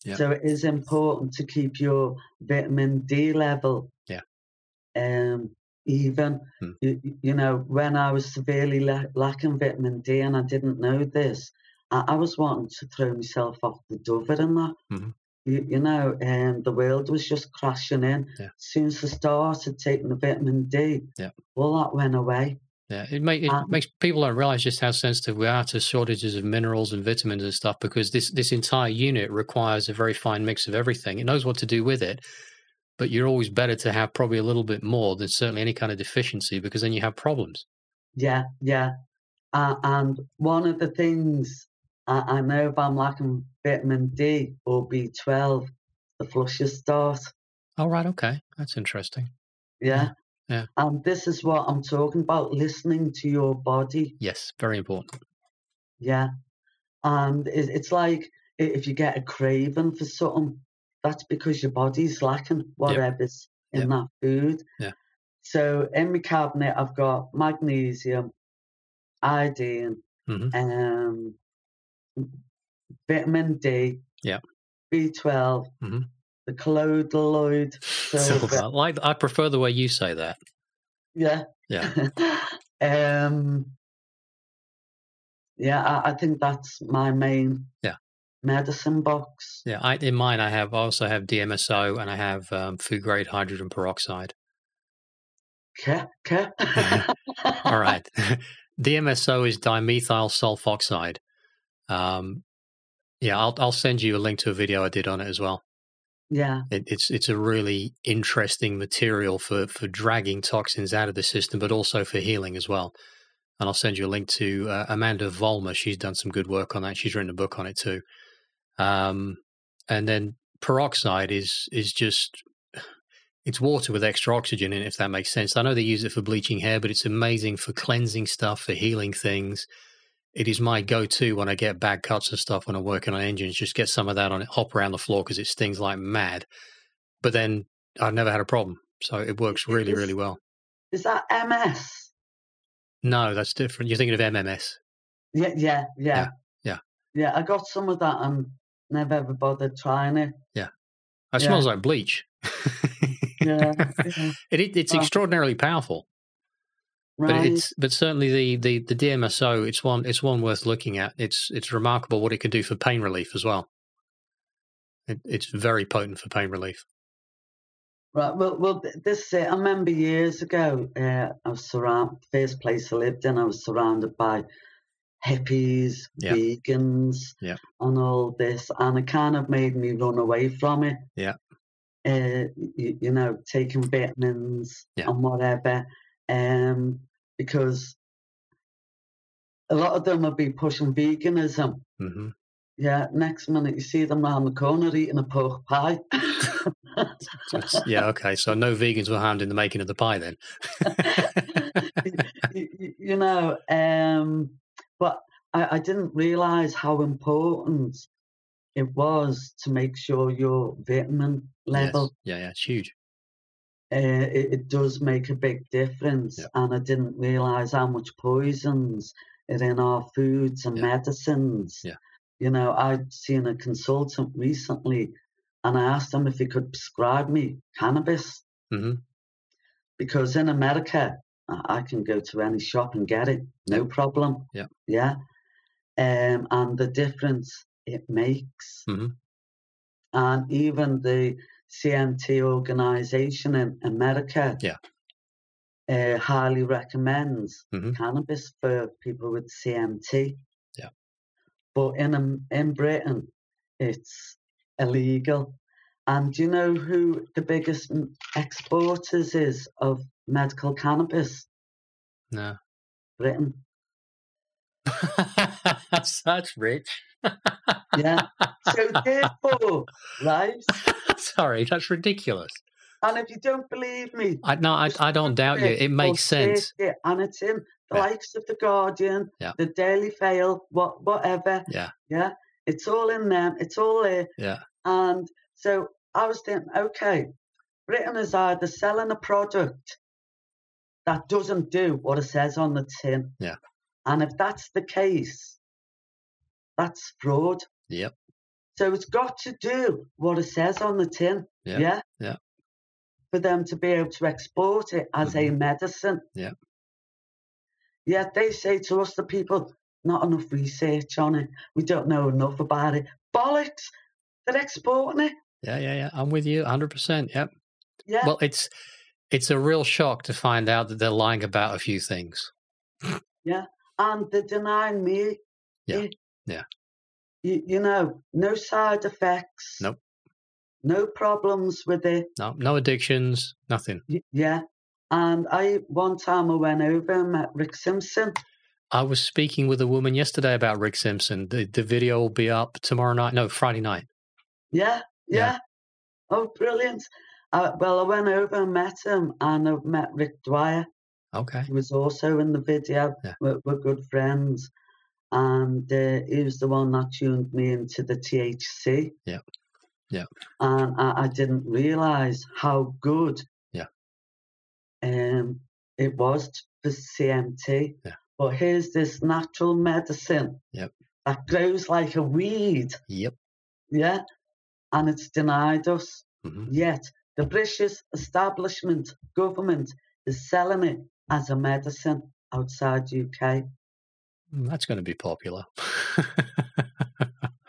Yep.
So it is important to keep your vitamin D level.
Yeah.
Um, even
Hmm.
you, you know when I was severely la- lacking vitamin D and I didn't know this, I, I was wanting to throw myself off the dover and that.
Mhm.
You, you know, um, the world was just crashing in.
Yeah.
Soon as I started taking the vitamin D,
Yeah.
all that went away.
Yeah. It, make, it
Um,
makes people don't realize just how sensitive we are to shortages of minerals and vitamins and stuff because this, this entire unit requires a very fine mix of everything. It knows what to do with it. But you're always better to have probably a little bit more than certainly any kind of deficiency because then you have problems.
Yeah, yeah. Uh, and one of the things I, I know if I'm lacking vitamin D or B12, the flushes start.
Oh, right. Okay. That's interesting.
Yeah.
yeah.
And this is what I'm talking about listening to your body.
Yes. Very important.
Yeah. And it, it's like i- if you get a craving for something, that's because your body's lacking whatever's in that food.
Yeah.
So in my cabinet, I've got magnesium, iodine,
Mhm.
um, vitamin D,
Yeah.
B12,
Mhm.
the colloid,
Silver.
silver.
uh, I Like I prefer the way you say that.
Yeah.
Yeah.
um, yeah, I, I think that's my main
Yeah.
medicine box.
Yeah. I, in mine, I have I also have DMSO and I have um, food grade hydrogen peroxide.
Ke- ke.
Mm-hmm. All right. DMSO is dimethyl sulfoxide. Um, yeah, I'll I'll send you a link to a video I did on it as well.
Yeah,
It, it's it's a really interesting material for for dragging toxins out of the system, but also for healing as well. And I'll send you a link to uh, Amanda Vollmer. She's done some good work on that. She's written a book on it too. Um, and then peroxide is is just it's water with extra oxygen in it, if that makes sense. I know they use it for bleaching hair, but it's amazing for cleansing stuff, for healing things. It is my go-to when I get bad cuts and stuff when I'm working on engines. Just get some of that on it, hop around the floor because it stings like mad. But then I've never had a problem, so it works really,
is-
really well.
is that MS?
No, that's different. You're thinking of MMS.
Yeah, yeah, yeah,
yeah.
yeah. I got some of that and never ever bothered trying it.
That
Yeah.
smells like bleach.
Yeah, yeah,
It, it, it's
Oh.
extraordinarily powerful,
right.
but it's but certainly the, the the DMSO it's one it's one worth looking at. It's it's remarkable what it can do for pain relief as well. It, it's very potent for pain relief.
Right. Well, well, th- this uh, I remember years ago. Uh, I was surrounded. First place I lived in, I was surrounded by hippies,
Yeah.
vegans,
Yeah.
and all this, and it kind of made me run away from it.
Yeah.
Uh, you, you know, taking vitamins
Yeah.
and whatever, um, because a lot of them would be pushing veganism.
hmm
Yeah. Next minute, you see them round the corner eating a pork pie.
So it's, yeah, okay. So no vegans were harmed in the making of the pie then.
y- y- you know, um, but I, I didn't realize how important it was to make sure your vitamin
yes.
level.
Yeah, yeah, it's huge.
Uh, it, it does make a big difference,
Yeah.
and I didn't realize how much poisons are in our foods and
Yeah.
medicines.
Yeah.
You know, I'd seen a consultant recently, and I asked him if he could prescribe me cannabis
hmm
because in America, I I can go to any shop and get it, no problem.
Yeah.
Yeah. Um, and the difference it makes.
Mhm.
And even the CMT organization in America
Yeah.
uh, highly recommends
Mhm.
cannabis for people with CMT.
Yeah.
But in, Am- in Britain, it's illegal. And do you know who the biggest m- exporters is of medical cannabis?
No,
Britain.
such rich.
Yeah. so therefore, right?
Sorry, that's ridiculous.
And if you don't believe me,
I, no, I,
just
I don't
look
doubt you.
at
It makes
or search
sense.
it, and it's in the
Yeah.
likes of the Guardian,
Yeah.
the Daily Fail, what whatever.
Yeah.
Yeah. It's all in them. It's all there.
Yeah.
And so I was thinking, okay, Britain is either selling a product that doesn't do what it says on the tin.
Yeah.
And if that's the case, that's fraud.
Yep.
So it's got to do what it says on the tin.
Yeah,
Yeah.
yeah.
For them to be able to export it as a medicine.
Mm-hmm. Yeah.
Yet they say to us, the people, not enough research on it. We don't know enough about it. Bollocks! They're exporting it.
Yeah, yeah, yeah. I'm with you 100%. Yep.
Yeah.
Well, it's it's a real shock to find out that they're lying about a few things.
and they're denying me.
Yeah,
it.
yeah.
You, you know, no side effects.
Nope.
No problems with it.
No, no addictions, nothing.
Y- Yeah. And I one time I went over and met Rick Simpson.
I was speaking with a woman yesterday about Rick Simpson. The the video will be up tomorrow night. No, Friday night.
Yeah, yeah.
Yeah.
Oh, brilliant. Uh, well, I went over and met him, and I met Rick Dwyer,
Okay.
who was also in the video.
Yeah.
We're, we're good friends. And uh, he was the one that tuned me into the THC.
Yeah. Yeah.
And I, I didn't realize how good
Yeah.
Um, it was for CMT.
Yeah.
But here's this natural medicine
Yep.
that grows like a weed,
Yep.
yeah, and it's denied us.
hmm
Yet the British establishment government is selling it as a medicine outside UK.
Mm, That's going to be popular.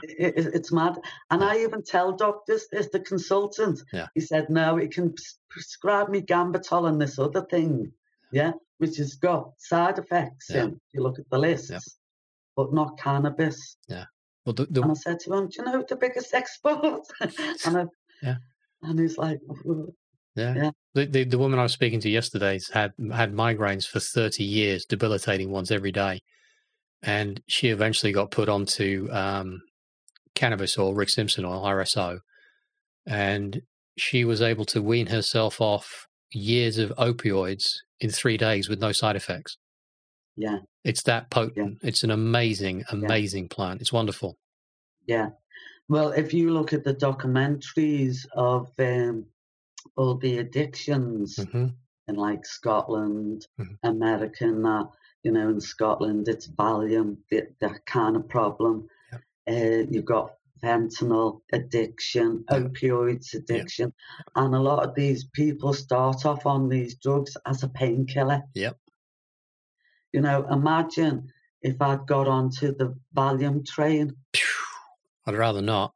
It, it, it's mad. And I even tell doctors, there's the consultant.
Yeah.
He said, no, it can pres- prescribe me Gambitol and this other thing, yeah, which has got side effects
Yeah.
in, if you look at the lists, but not cannabis.
well, the, the,
And I said to him, do you know the biggest export? and, I,
Yeah.
and he's like,
Yeah.
Yeah.
The, the the woman I was speaking to yesterday's had had migraines for thirty years, debilitating ones every day, and she eventually got put onto um, cannabis oil, Rick Simpson oil, RSO, and she was able to wean herself off years of opioids in three days with no side effects.
yeah,
It's that potent. It's an amazing, amazing plant. It's wonderful.
yeah. Well, if you look at the documentaries of um, all the addictions,
hmm
in like Scotland,
Mhm.
America, and that you know, in Scotland it's Valium, that, that kind of problem.
Yep.
Uh, you've got fentanyl addiction,
Yep.
opioids addiction, and a lot of these people start off on these drugs as a painkiller.
Yep.
You know, imagine if I'd got onto the Valium train.
I'd rather not.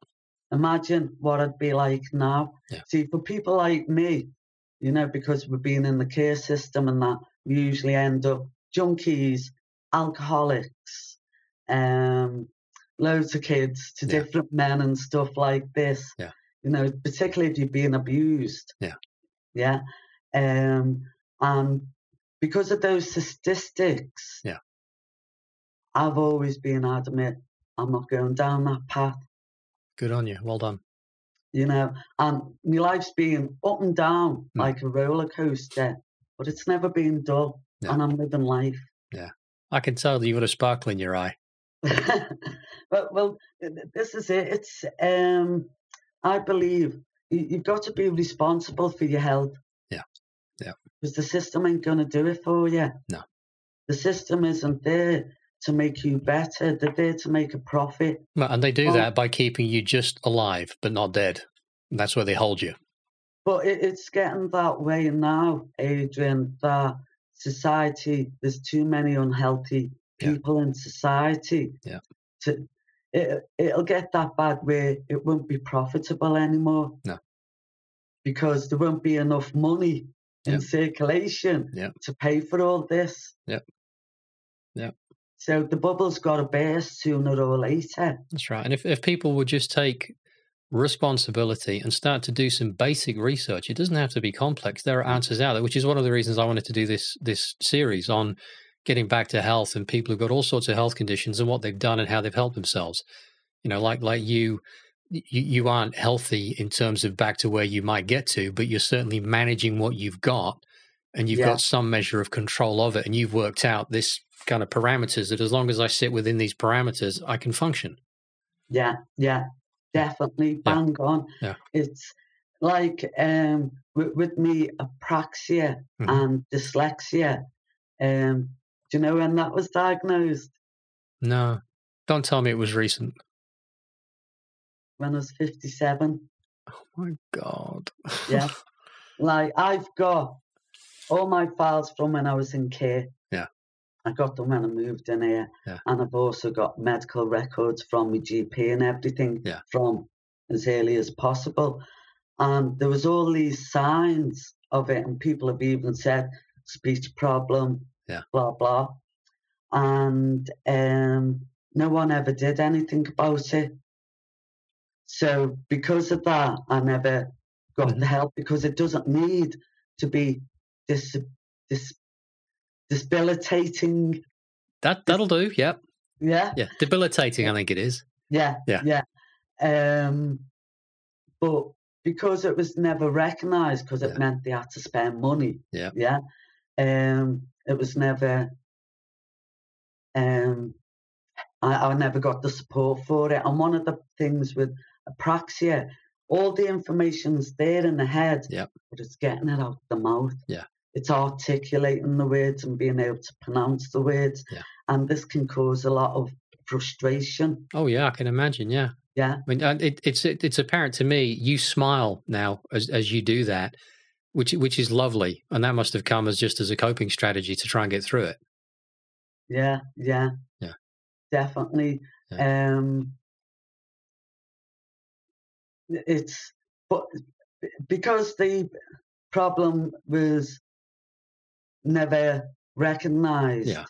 Imagine what it'd be like now.
Yeah.
See, for people like me, you know, because we've been in the care system and that, we usually end up junkies, alcoholics, um, loads of kids to
Yeah.
different men and stuff like this.
Yeah.
You know, particularly if you've been abused.
Yeah.
Yeah. Um, and because of those statistics,
Yeah.
I've always been adamant I'm not going down that path
Good on you. Well done.
you know, and my life's been up and down
Hmm.
like a roller coaster, but it's never been dull,
Yeah.
and I'm living life.
I can tell that you've got a sparkle in your eye.
but well, th- th- this is it. It's um, I believe you, you've got to be responsible for your health.
Yeah. Yeah.
Because the system ain't gonna do it for you.
No.
The system isn't there to make you better. They're there to make a profit.
Well, And they do
Well-
that by keeping you just alive but not dead. And that's where they hold you.
But it, it's getting that way now, Adrian, that society, there's too many unhealthy
Yeah.
people in society.
Yeah.
To, it, it'll get that bad where it won't be profitable anymore.
No.
Because there won't be enough money in
Yeah.
circulation
Yeah.
to pay for all this.
Yep. Yep.
So the bubble's got to burst sooner or later.
That's right. And if, if people would just take responsibility and start to do some basic research, it doesn't have to be complex. There are answers out there, which is one of the reasons I wanted to do this this series on getting back to health and people who've got all sorts of health conditions and what they've done and how they've helped themselves. You know, like like you you, you aren't healthy in terms of back to where you might get to, but you're certainly managing what you've got and you've
Yeah.
got some measure of control of it and you've worked out this kind of parameters that as long as I sit within these parameters, I can function.
Yeah, yeah, definitely bang on.
Yeah.
It's like um with, with me apraxia
Mhm.
and dyslexia. Um, do you know when that was diagnosed?
No, don't tell me it was recent.
When I was fifty-seven.
My God.
Yeah. like I've got all my files from when I was in care.
Yeah.
I got them when I moved in here,
Yeah.
and I've also got medical records from my GP and everything
Yeah.
from as early as possible. And there was all these signs of it, and people have even said speech problem,
Yeah.
blah blah, and um, no one ever did anything about it. So because of that, I never got
Mhm.
the help because it doesn't need to be dis, dis, debilitating.
that that'll do. Yep.
Yeah,
Yeah. Debilitating, I think it is.
yeah,
Yeah.
yeah. Um, but because it was never recognised, because it
Yeah.
meant they had to spend money.
Yeah.
yeah. Um, it was never. Um, I, I never got the support for it. And one of the things with apraxia, all the information's there in the head,
Yeah.
but it's getting it out the mouth.
Yeah.
it's articulating the words and being able to pronounce the words.
Yeah.
And this can cause a lot of frustration.
Oh yeah, I can imagine. Yeah,
Yeah.
I mean, and it, it's it, it's apparent to me. You smile now as as you do that, which which is lovely, and that must have come as just as a coping strategy to try and get through it.
Yeah. Yeah.
Yeah.
Definitely. Um, it's, but because the problem was never recognized.
Yeah.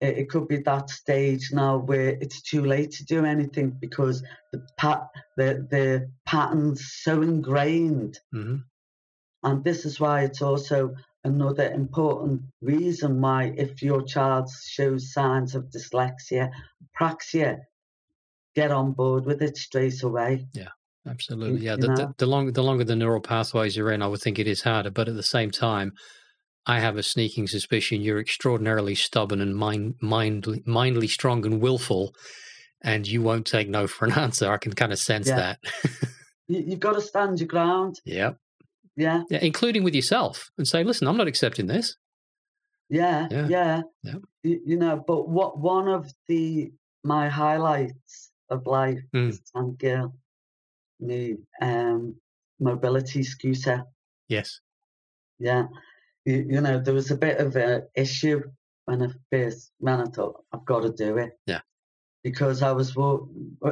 It, it could be that stage now where it's too late to do anything because the pat the the pattern's so ingrained
hmm
and this is why it's also another important reason why if your child shows signs of dyslexia, praxia, get on board with it straight away.
Absolutely. Yeah.
you
The, the,
know?
the long the longer the neural pathways you're in, I would think it is harder. But at the same time, I have a sneaking suspicion you're extraordinarily stubborn and mind mindly, mindly strong and willful, and you won't take no for an answer. I can kind of sense
Yeah.
that.
You, you've got to stand your ground.
yeah.
Yeah,
Yeah. Including with yourself and say, listen, I'm not accepting this.
yeah,
Yeah,
yeah.
yeah.
Y- You, know, but what one of the my highlights of life
Mm.
is Tank Girl, my um, mobility scooter.
Yes.
Yeah, you, you know, there was a bit of a issue when I first when I thought I've got to do it.
Yeah.
Because I was wa-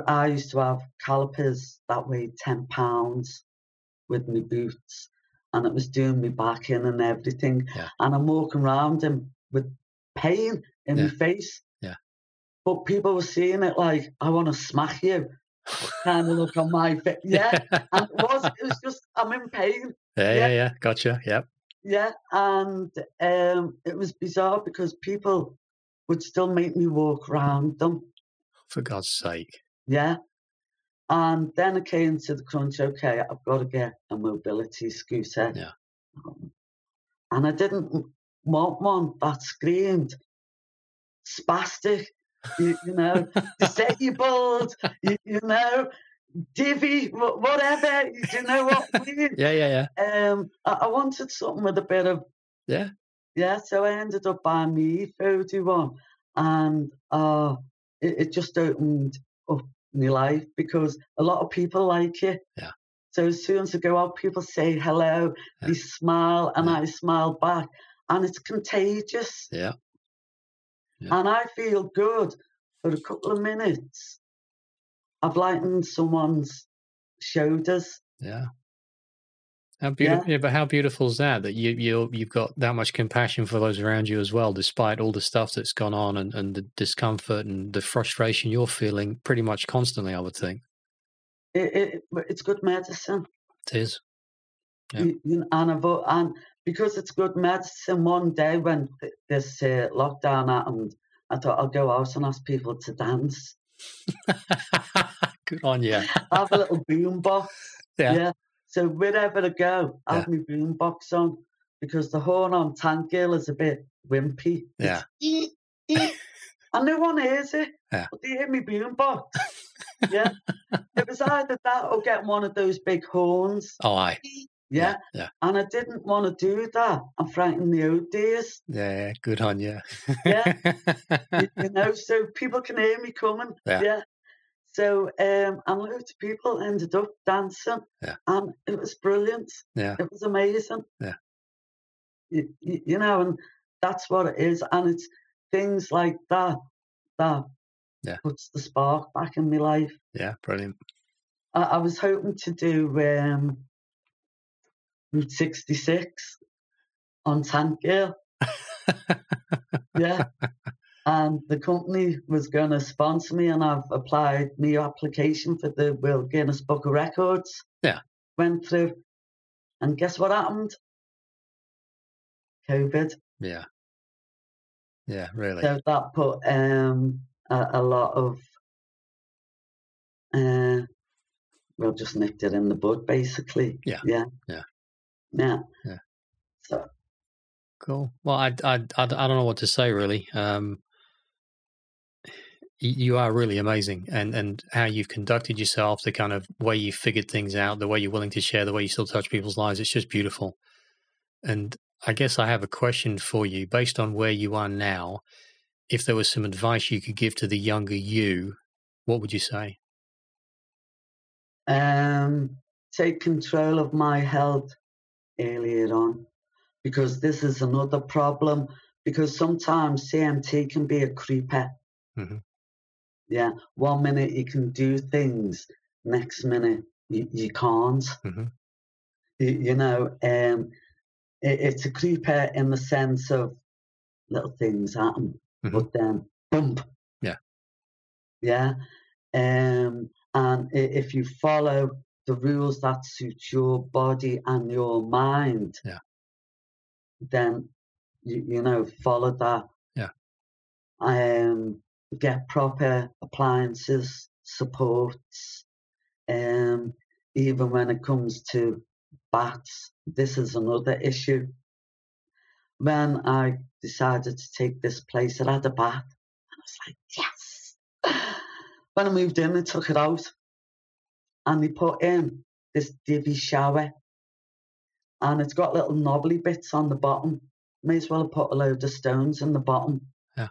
I used to have calipers that weighed ten pounds with my boots, and it was doing me back in and everything.
Yeah.
And I'm walking around in with pain in
Yeah.
my face.
Yeah.
But people were seeing it like I want to smack you. kind of look on my face. Yeah. And it was it was just I'm in pain.
yeah.
Yeah.
Yeah. Yeah. Gotcha. Yep.
Yeah, and um, it was bizarre because people would still make me walk around them.
For God's sake.
Yeah. And then I came to the crunch, okay, I've got to get a mobility scooter. Um,
Yeah.
And I didn't w- want one that screamed spastic, you, you know, disabled, you, you know, divvy, wha- whatever. You know what I mean?
Yeah. Yeah. Yeah.
Um, I, I wanted something with a bit of
Yeah.
yeah. So I ended up buying me foodie one, and uh, it, it just opened up my life because a lot of people like it.
Yeah.
So as soon as I go out, people say hello,
Yeah.
they smile, and
Yeah.
I smile back, and it's contagious.
Yeah. Yeah.
And I feel good for a couple of minutes. I've lightened someone's shoulders.
Yeah. How beautiful! Yeah. but how beautiful is that? That you you you've got that much compassion for those around you as well, despite all the stuff that's gone on and, and the discomfort and the frustration you're feeling pretty much constantly. I would think
It, it, it's good medicine.
it is. Yeah.
You- you know, and, I've, al- and because it's good medicine, one day when th- this uh, lockdown happened, I thought I'll go out and ask people to dance,
Good on you.
have a little boom box.
Yeah.
So wherever I go, I
Yeah.
have my boom box on because the horn on Tank Girl is a bit wimpy.
Yeah.
It's eek, eek, and no one hears it,
Yeah.
but they hear me boom box. yeah. It was either that or getting one of those big horns.
Oh, I.
Yeah.
Yeah.
And I didn't want to do that and frighten the old dears.
Yeah. Good on you.
Yeah. you, you know, so people can hear me coming.
Yeah.
So um, and loads of people ended up dancing.
Yeah.
And it was brilliant.
yeah.
It was amazing.
Yeah.
You, you, you know, and that's what it is. And it's things like that that
Yeah.
puts the spark back in my life.
Yeah. Brilliant.
I, I was hoping to do um, Route 66 on Tank Girl. yeah. And the company was going to sponsor me, and I've applied my application for the World Guinness Book of Records.
Yeah.
Went through. And guess what happened? COVID.
Yeah. Yeah. Really.
So that put um, a, a lot of, uh, well, just nipped it in the bud, basically.
Yeah,
Yeah.
yeah.
Yeah.
Yeah.
So
Cool. Well, I, I, I, I don't know what to say really. Um, y- you are really amazing, and and how you've conducted yourself, the kind of way you figured things out, the way you're willing to share, the way you still touch people's lives. It's just beautiful. And I guess I have a question for you based on where you are now. If there was some advice you could give to the younger you, what would you say?
Um, take control of my health earlier on because this is another problem. Because sometimes CMT can be a creeper.
Mhm.
Yeah, one minute you can do things, next minute you, you can't.
Mhm.
You, you know, um, it, it's a creeper in the sense of little things happen,
Mhm.
but then bump.
Yeah.
Yeah. Um, and i- if you follow the rules that suit your body and your mind,
Yeah.
then you, you know follow that.
Yeah.
Um, get proper appliances, supports. Um, even when it comes to bats, this is another issue. When I decided to take this place, it had a bat, and I was like, yes. When I moved in, they took it out and they put in this divvy shower and it's got little knobbly bits on the bottom. May as well have put a load of stones in the bottom.
Yeah.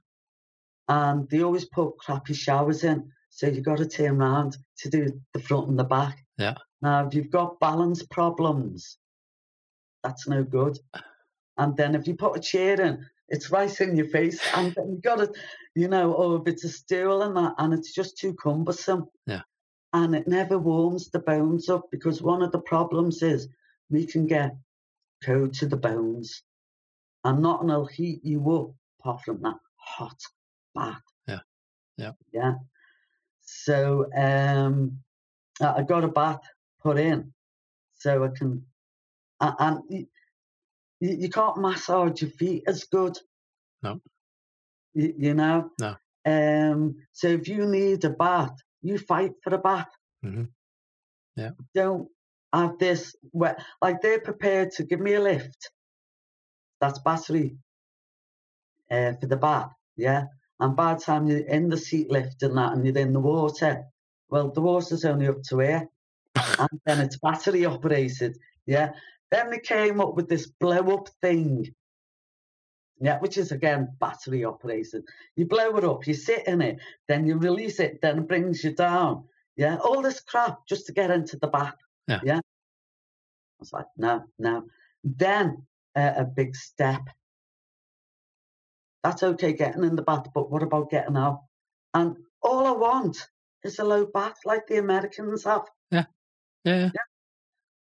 And they always put crappy showers in, so you've got to turn round to do the front and the back.
Yeah.
Now, if you've got balance problems, that's no good. And then if you put a chair in, it's right in your face, and then you've got to, you know, or if it's a stool and that, and it's just too cumbersome.
Yeah.
And it never warms the bones up because one of the problems is we can get cold to the bones and not and it'll heat you up apart from that hot bath.
Yeah. Yeah.
Yeah. So um I I got a bath put in so I can a- and you, you can't massage your feet as good.
No.
You, you know?
No.
Um so if you need a bath, you fight for a bath.
Mhm. Yeah.
Don't have this where like they're prepared to give me a lift. That's battery uh, for the bath, yeah. And by the time you're in the seat lift and that, and you're in the water, well, the water's only up to here, and then it's battery operated, yeah. Then they came up with this blow up thing, yeah, which is again battery operated. You blow it up, you sit in it, then you release it, then it brings you down, yeah. All this crap just to get into the bath,
Yeah.
yeah. I was like, no, no. Then uh, a big step that's okay getting in the bath, but what about getting out? And all I want is a low bath like the Americans have.
Yeah, yeah.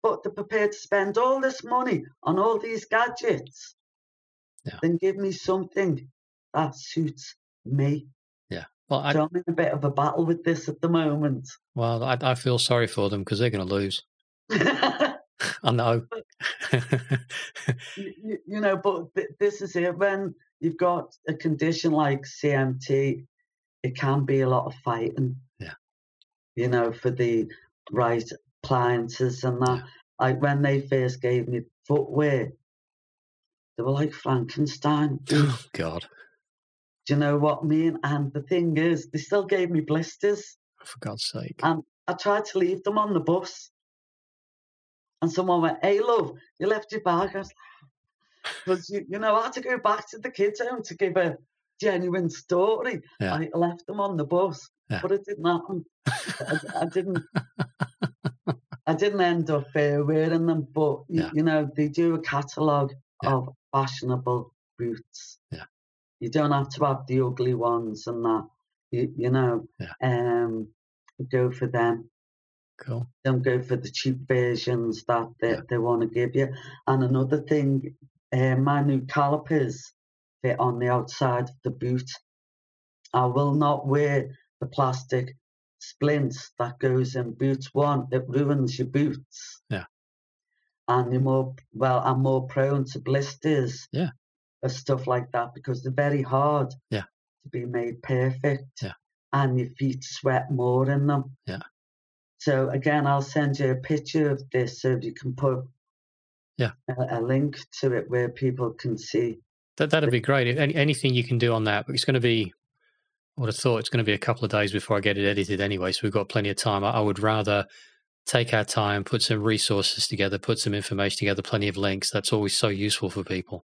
But they're prepared to spend all this money on all these gadgets.
Yeah.
Then give me something that suits me.
Well, I,
so I'm in a bit of a battle with this at the moment.
well, I, I feel sorry for them because they're going to lose.
you,
I know.
you- you know, but th- this is it. When you've got a condition like CMT, it can be a lot of fighting.
Yeah.
You know, for the right appliances and that. Like when they first gave me footwear, they were like Frankenstein. Do
oh, God,
you know what I mean? And the thing is, they still gave me blisters.
for God's sake.
Um, I tried to leave them on the bus. And someone went, Hey, love, you left your bag. I was because you, you know, I had to go back to the kids' home to give a genuine story.
Yeah.
I left them on the bus,
Yeah.
but it didn't happen. I, I didn't. I didn't end up uh, wearing them, but you,
Yeah.
you know they do a catalogue
Yeah.
of fashionable boots.
Yeah.
You don't have to have the ugly ones and that. You, you know,
Yeah.
um, go for them
Cool.
don't go for the cheap versions that they,
Yeah.
they want to give you. And another thing, uh, my new calipers fit on the outside of the boot. I will not wear the plastic splints that goes in boots. One, it ruins your boots.
Yeah.
And you're more well, I'm more prone to blisters.
Yeah.
Or stuff like that because they're very hard.
Yeah.
To be made perfect.
Yeah.
And your feet sweat more in them. So again, I'll send you a picture of this so you can put
Yeah.
a, a link to it where people can see.
That that'd be great. If any, anything you can do on that, but it's going to be. I would have thought it's going to be a couple of days before I get it edited anyway, so we've got plenty of time. I, I would rather take our time, put some resources together, put some information together, plenty of links. That's always so useful for people.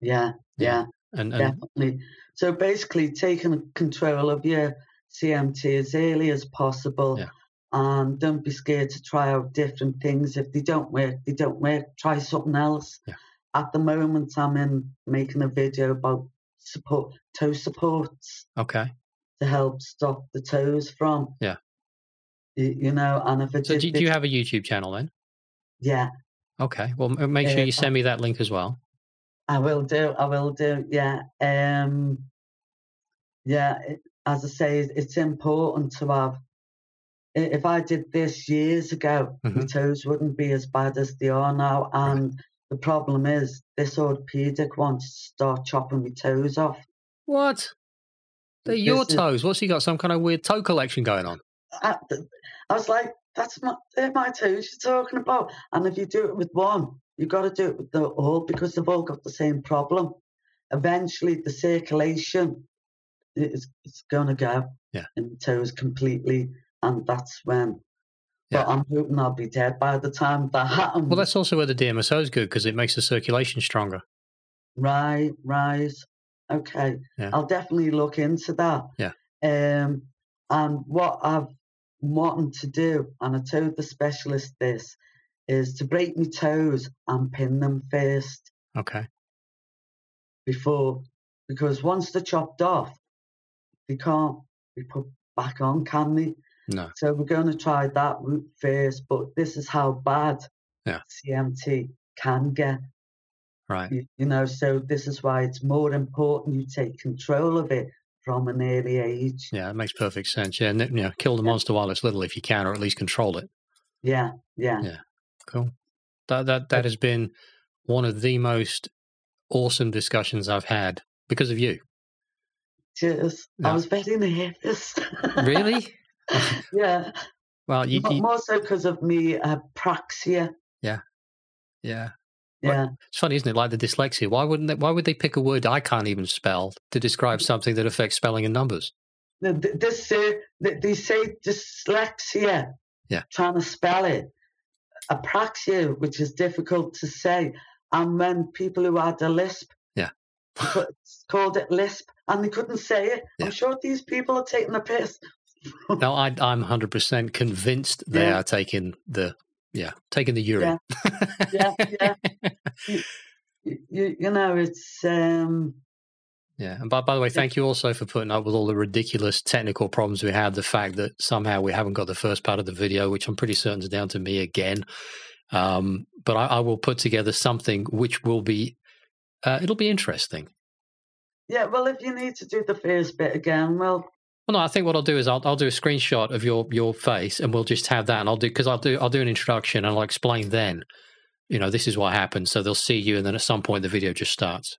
Yeah, yeah,
And, and
definitely. So basically, taking control of your CMT as early as possible.
Yeah.
And don't be scared to try out different things. If they don't work, they don't work. Try something else.
Yeah.
At the moment, I'm in making a video about support toe supports
okay.
to help stop the toes from.
Yeah.
You, you know, and if it
So
did
do, do
be-
you have a YouTube channel then?
yeah,
Okay. Well, m- make sure
Uh,
you send me that link as well.
I will do. I will do. Yeah. Um. Yeah. It, as I say, it's important to have. i- If I did this years ago,
Mm-hmm.
my toes wouldn't be as bad as they are now. And the problem is, this orthopedic wants to start chopping my toes off.
What? They're your
This is-
toes. What's he got? Some kind of weird toe collection going on?
I, I was like, "That's my, they're my toes you're talking about." And if you do it with one, you've got to do it with the all because they've all got the same problem. Eventually, the circulation is it's going to go
Yeah.
in the toes completely, and that's when.
Yeah.
But I'm hoping I'll be dead by the time that happens.
Well, that's also where the DMSO is good because it makes the circulation stronger.
Right, right. Okay.
Yeah.
I'll definitely look into that.
Yeah.
Um, and what I've wanted to do, and I told the specialist this, is to break my toes and pin them first
Okay.
before, because once they're chopped off, they can't be put back on, can they?
No.
So we're going to try that route first, but this is how bad
Yeah.
CMT can get.
Right.
You, you know, so this is why it's more important you take control of it from an early age.
Yeah, that makes perfect sense. Yeah, and then, you know, kill the monster while it's little if you can, or at least control it.
Yeah, yeah.
Yeah. Cool. That that that has been one of the most awesome discussions I've had because of you.
Cheers.
Yeah.
I was very nervous.
Really?
yeah.
well, you,
Mo-
you-
More so because of me uh, apraxia.
yeah. What?
Yeah.
It's funny, isn't it? Like the dyslexia. Why wouldn't they, why would they pick a word I can't even spell to
Mm.
describe something that affects spelling and numbers?
Th- th- This, uh, th- they say dyslexia.
Yeah.
Trying to spell it. Apraxia, which is difficult to say. And when people who had a lisp
Yeah.
co- called it lisp and they couldn't say it,
Yeah.
I'm sure these people are taking the piss.
No, I, I'm 100% convinced they
Yeah.
are taking the yeah, taking the urine.
yeah, yeah. You, you, you know, it's um,
Yeah. And by, by the way, thank you also for putting up with all the ridiculous technical problems we had. The fact that somehow we haven't got the first part of the video, which I'm pretty certain is down to me again. Um, but I, I will put together something which will be, uh, it'll be interesting.
yeah. Well, if you need to do the first bit again, well,
Well, no, I think what I'll do is I'll, I'll do a screenshot of your your face, and we'll just have that, and I'll do because I'll do I'll do an introduction, and I'll explain then. You know, this is what happened, so they'll see you, and then at some point the video just starts.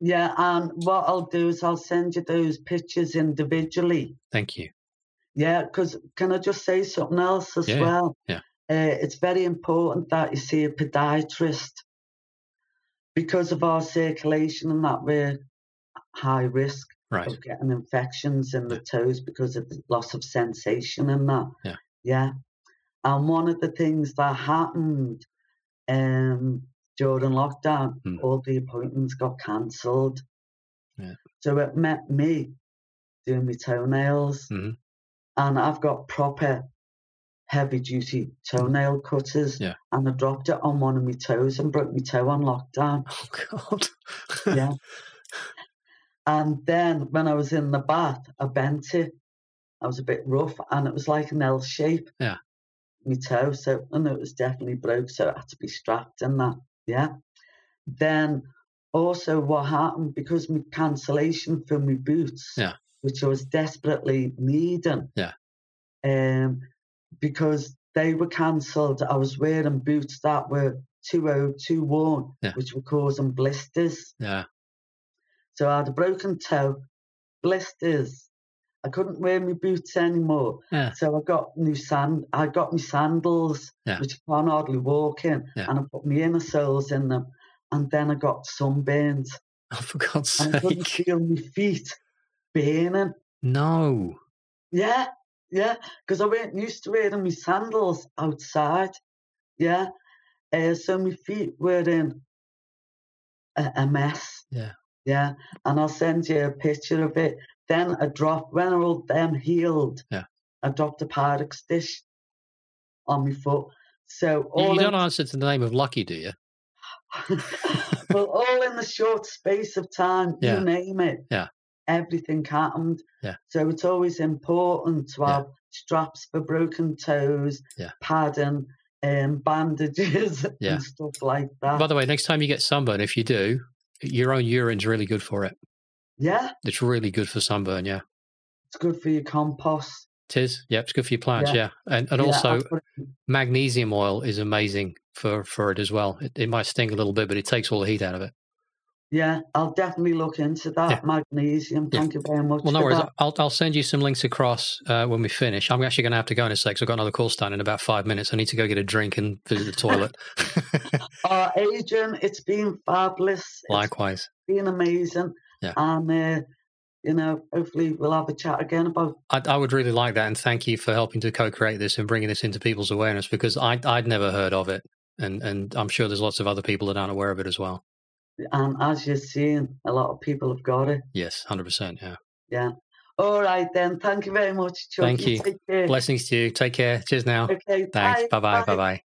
yeah. And what I'll do is I'll send you those pictures individually.
Thank you.
Yeah, because can I just say something else as
Yeah,
well?
yeah.
Uh, it's very important that you see a podiatrist because of our circulation and that we're high risk
Right.
of getting infections in the toes because of the loss of sensation and that.
Yeah.
Yeah. And one of the things that happened um, during lockdown,
Hmm.
all the appointments got cancelled.
Yeah.
So it meant me doing my toenails.
Mhm.
And I've got proper heavy duty toenail cutters.
Yeah.
And I dropped it on one of my toes and broke my toe on lockdown.
Oh God.
Yeah. And then when I was in the bath, I bent it. I was a bit rough and it was like an L shape.
Yeah.
My toe. So, and it was definitely broke. So I had to be strapped and that. Yeah. Then also what happened because my cancellation for my boots,
Yeah.
which I was desperately needing.
Yeah.
Um, because they were cancelled. I was wearing boots that were too old, too worn,
Yeah.
which were causing blisters.
yeah.
So I had a broken toe, blisters. I couldn't wear my boots anymore.
Yeah.
So I got new sand. I got my sandals,
Yeah.
which I can't hardly walk in,
Yeah.
and I put my inner soles in them. And then I got sunburned,
Oh, for God's
and I couldn't
sake.
feel my feet burning.
No.
Yeah, yeah, because I weren't used to wearing my sandals outside, yeah. Uh, so my feet were in a, a mess,
Yeah.
yeah. And I'll send you a picture of it. Then I dropped when I all them healed,
Yeah.
I dropped a Pyrex dish on my foot. So
You,
all
you
in-
don't answer to the name of Lucky, do you?
well, all in the short space of time,
Yeah.
you name it.
Yeah.
Everything happened.
Yeah.
So it's always important to
Yeah.
have straps for broken toes,
Yeah.
padding, um, bandages,
Yeah.
and stuff like that.
By the way, next time you get sunburn, if you do, your own urine's really good for it.
yeah,
It's really good for sunburn. Yeah.
it's good for your compost.
Tis. Yep. It's good for your plants. Yeah.
Yeah.
And and
Yeah,
also
I put it-
magnesium oil is amazing for for it as well. It, it might sting a little bit, but it takes all the heat out of it.
yeah, I'll definitely look into that magnesium.
Yeah.
Thank you very much.
Well, no
for
worries.
that.
I'll I'll send you some links across uh, when we finish. I'm actually going to have to go in a sec. 'cause I've got another call starting in about five minutes. I need to go get a drink and visit the toilet.
Uh, Adrian, it's been fabulous. It's
Likewise.
been amazing.
Yeah.
And, uh, you know, hopefully we'll have a chat again about
I, I would really like that, and thank you for helping to co-create this and bringing this into people's awareness because I, I'd never heard of it, and and I'm sure there's lots of other people that aren't aware of it as well.
And as you're seeing, a lot of people have got it.
Yes, hundred percent. Yeah.
Yeah. All right then. Thank you very much, Chuck.
Thank you.
Take care.
Blessings to you. Take care. Cheers now.
Okay.
Thanks. Bye bye. Bye bye.